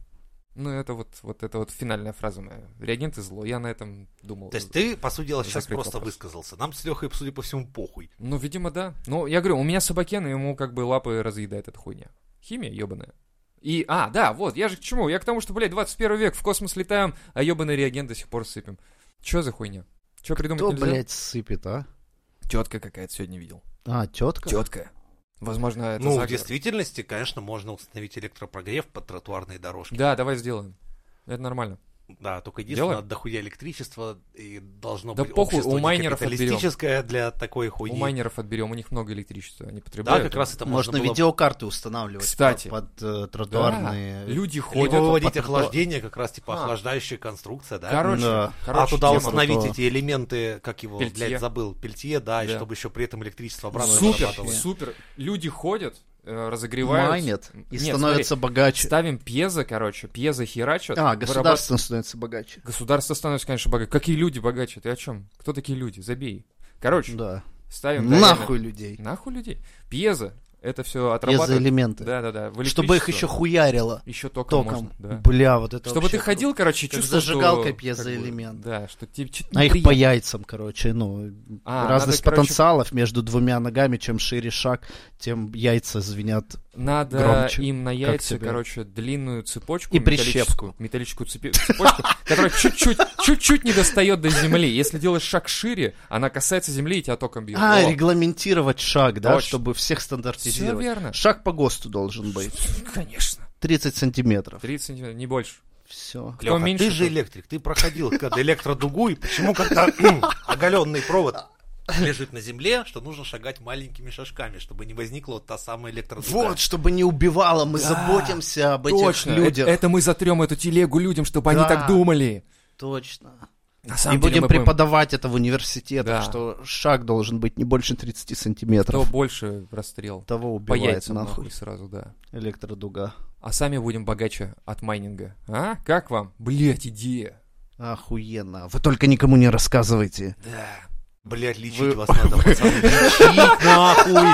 [SPEAKER 1] Ну, это вот, вот это вот финальная фраза моя. Реагенты зло. Я на этом думал.
[SPEAKER 4] То есть ты, по сути дела, сейчас
[SPEAKER 1] Закрыть
[SPEAKER 4] просто
[SPEAKER 1] вопрос.
[SPEAKER 4] высказался. Нам с Лехой, судя по всему, похуй.
[SPEAKER 1] Ну, видимо, да. Ну, я говорю, у меня собакен, и ему как бы лапы разъедает эта хуйня. Химия ебаная. И, а, да, вот, я же к чему? Я к тому, что, блядь, 21 век, в космос летаем, а ебаный реагент до сих пор сыпем. Чё за хуйня? Чё придумать
[SPEAKER 3] Кто,
[SPEAKER 1] нельзя?
[SPEAKER 3] блядь, сыпет, а?
[SPEAKER 1] Тетка какая-то сегодня видел.
[SPEAKER 3] А, тетка?
[SPEAKER 1] Тетка. Возможно, это
[SPEAKER 4] ну, в
[SPEAKER 1] заговор.
[SPEAKER 4] действительности, конечно, можно установить электропрогрев под тротуарные дорожки.
[SPEAKER 1] Да, давай сделаем. Это нормально.
[SPEAKER 4] Да, только
[SPEAKER 1] Делаем?
[SPEAKER 4] единственное, от дохуя электричества и должно
[SPEAKER 1] Да
[SPEAKER 4] быть
[SPEAKER 1] похуй,
[SPEAKER 4] общество
[SPEAKER 1] у
[SPEAKER 4] не
[SPEAKER 1] майнеров отберем.
[SPEAKER 4] капиталистическое для такой хуйни.
[SPEAKER 1] У майнеров отберем, у них много электричества, они
[SPEAKER 4] да,
[SPEAKER 1] потребляют.
[SPEAKER 4] как раз это можно,
[SPEAKER 3] Можно
[SPEAKER 4] было
[SPEAKER 3] видеокарты устанавливать
[SPEAKER 1] Кстати.
[SPEAKER 3] под, под, э,
[SPEAKER 1] Да,
[SPEAKER 3] тротуарные.
[SPEAKER 1] Люди
[SPEAKER 4] либо
[SPEAKER 1] ходят.
[SPEAKER 4] выводить
[SPEAKER 3] потом-
[SPEAKER 4] охлаждение, как раз типа
[SPEAKER 1] А.
[SPEAKER 4] охлаждающая конструкция, да?
[SPEAKER 1] Короче,
[SPEAKER 3] Да.
[SPEAKER 1] короче,
[SPEAKER 4] а туда
[SPEAKER 1] тема.
[SPEAKER 4] установить
[SPEAKER 3] крутого.
[SPEAKER 4] эти элементы, как его,
[SPEAKER 1] Пельтье.
[SPEAKER 4] блядь, забыл, пельтье, да, и
[SPEAKER 1] Да.
[SPEAKER 4] чтобы еще при этом электричество обратно
[SPEAKER 1] Супер,
[SPEAKER 4] зарабатывало.
[SPEAKER 1] супер. Люди ходят, э, разогревают.
[SPEAKER 3] майнят и
[SPEAKER 1] Нет,
[SPEAKER 3] становятся богаче.
[SPEAKER 1] Ставим пьезо, короче, пьезо херачат.
[SPEAKER 3] А,
[SPEAKER 1] вырабатывают-
[SPEAKER 3] государство становится богаче.
[SPEAKER 1] Государство становится, конечно, богаче. Какие люди богаче? Ты о чем? Кто такие люди? Забей. Короче,
[SPEAKER 3] Да.
[SPEAKER 1] ставим... да,
[SPEAKER 3] Нахуй людей.
[SPEAKER 1] реально. Нахуй людей. Пьезо. Это все отрабатывает.
[SPEAKER 3] элементы.
[SPEAKER 1] Да-да-да. в
[SPEAKER 3] Чтобы их еще
[SPEAKER 1] электричество.
[SPEAKER 3] хуярило
[SPEAKER 1] Еще током,
[SPEAKER 3] током.
[SPEAKER 1] можно, да.
[SPEAKER 3] Бля, вот это
[SPEAKER 1] Чтобы
[SPEAKER 3] вообще
[SPEAKER 1] ты ходил, короче, и
[SPEAKER 3] Как
[SPEAKER 1] чувствовал, что...
[SPEAKER 3] зажигалкой
[SPEAKER 1] как бы,
[SPEAKER 3] пьезоэлемент.
[SPEAKER 1] Да, что тебе... чё-то
[SPEAKER 3] круто. А их по
[SPEAKER 1] неприятно.
[SPEAKER 3] яйцам, короче, ну,
[SPEAKER 1] А,
[SPEAKER 3] разность
[SPEAKER 1] надо, короче,
[SPEAKER 3] потенциалов между двумя ногами, чем шире шаг, тем яйца звенят.
[SPEAKER 1] Надо
[SPEAKER 3] Громче.
[SPEAKER 1] им на
[SPEAKER 3] Как
[SPEAKER 1] яйца,
[SPEAKER 3] тебе?
[SPEAKER 1] короче, длинную цепочку.
[SPEAKER 3] И
[SPEAKER 1] металлическую- Металлическую цепи- цепочку, которая чуть-чуть, чуть-чуть не достает до земли. Если делаешь шаг шире, она касается земли и тебя током бьет.
[SPEAKER 3] А,
[SPEAKER 1] О,
[SPEAKER 3] регламентировать шаг, да,
[SPEAKER 1] Точно.
[SPEAKER 3] чтобы всех
[SPEAKER 1] Все
[SPEAKER 3] стандартизировать.
[SPEAKER 1] верно.
[SPEAKER 3] Шаг по ГОСТу должен быть.
[SPEAKER 1] Конечно.
[SPEAKER 3] 30 сантиметров.
[SPEAKER 1] 30 сантиметров, не больше.
[SPEAKER 3] Все.
[SPEAKER 4] Лёха,
[SPEAKER 1] меньше,
[SPEAKER 4] ты же
[SPEAKER 1] тот-
[SPEAKER 4] электрик, ты проходил когда электродугу, и почему когда оголенный провод лежит на земле, что нужно шагать маленькими шажками, чтобы не возникла вот та самая электродуга.
[SPEAKER 3] Вот, чтобы не убивало, мы
[SPEAKER 1] Да,
[SPEAKER 3] заботимся об этих
[SPEAKER 1] Э-
[SPEAKER 3] людях.
[SPEAKER 1] Это, мы затрем эту телегу людям, чтобы они
[SPEAKER 3] Да.
[SPEAKER 1] так думали.
[SPEAKER 3] Точно.
[SPEAKER 1] На
[SPEAKER 3] и
[SPEAKER 1] самом деле
[SPEAKER 3] будем
[SPEAKER 1] мы будем-
[SPEAKER 3] преподавать это в университетах,
[SPEAKER 1] Да.
[SPEAKER 3] что шаг должен быть не больше 30
[SPEAKER 1] Кто
[SPEAKER 3] сантиметров.
[SPEAKER 1] больше расстрел.
[SPEAKER 3] Того
[SPEAKER 1] По
[SPEAKER 3] убивает
[SPEAKER 1] яйцам нахуй
[SPEAKER 3] нахуй
[SPEAKER 1] сразу, да.
[SPEAKER 3] электродуга.
[SPEAKER 1] А сами будем богаче от майнинга. А? Как вам? Блять, идея.
[SPEAKER 3] Охуенно. Вы только никому не рассказывайте.
[SPEAKER 1] Да.
[SPEAKER 4] Блять, лечить
[SPEAKER 3] Вы-
[SPEAKER 4] вас надо, пацаны. Лечить нахуй.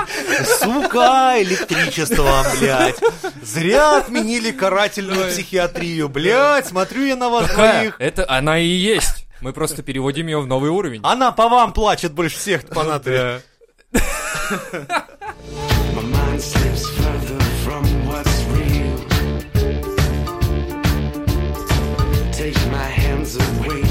[SPEAKER 4] Сука, электричество, блядь. Зря отменили карательную психиатрию, блядь. Смотрю я на вас двоих.
[SPEAKER 1] Это она и есть. Мы просто переводим ее в новый уровень.
[SPEAKER 4] Она по вам плачет больше всех по натуре.
[SPEAKER 6] My mind slips further from what's real. Take my hands away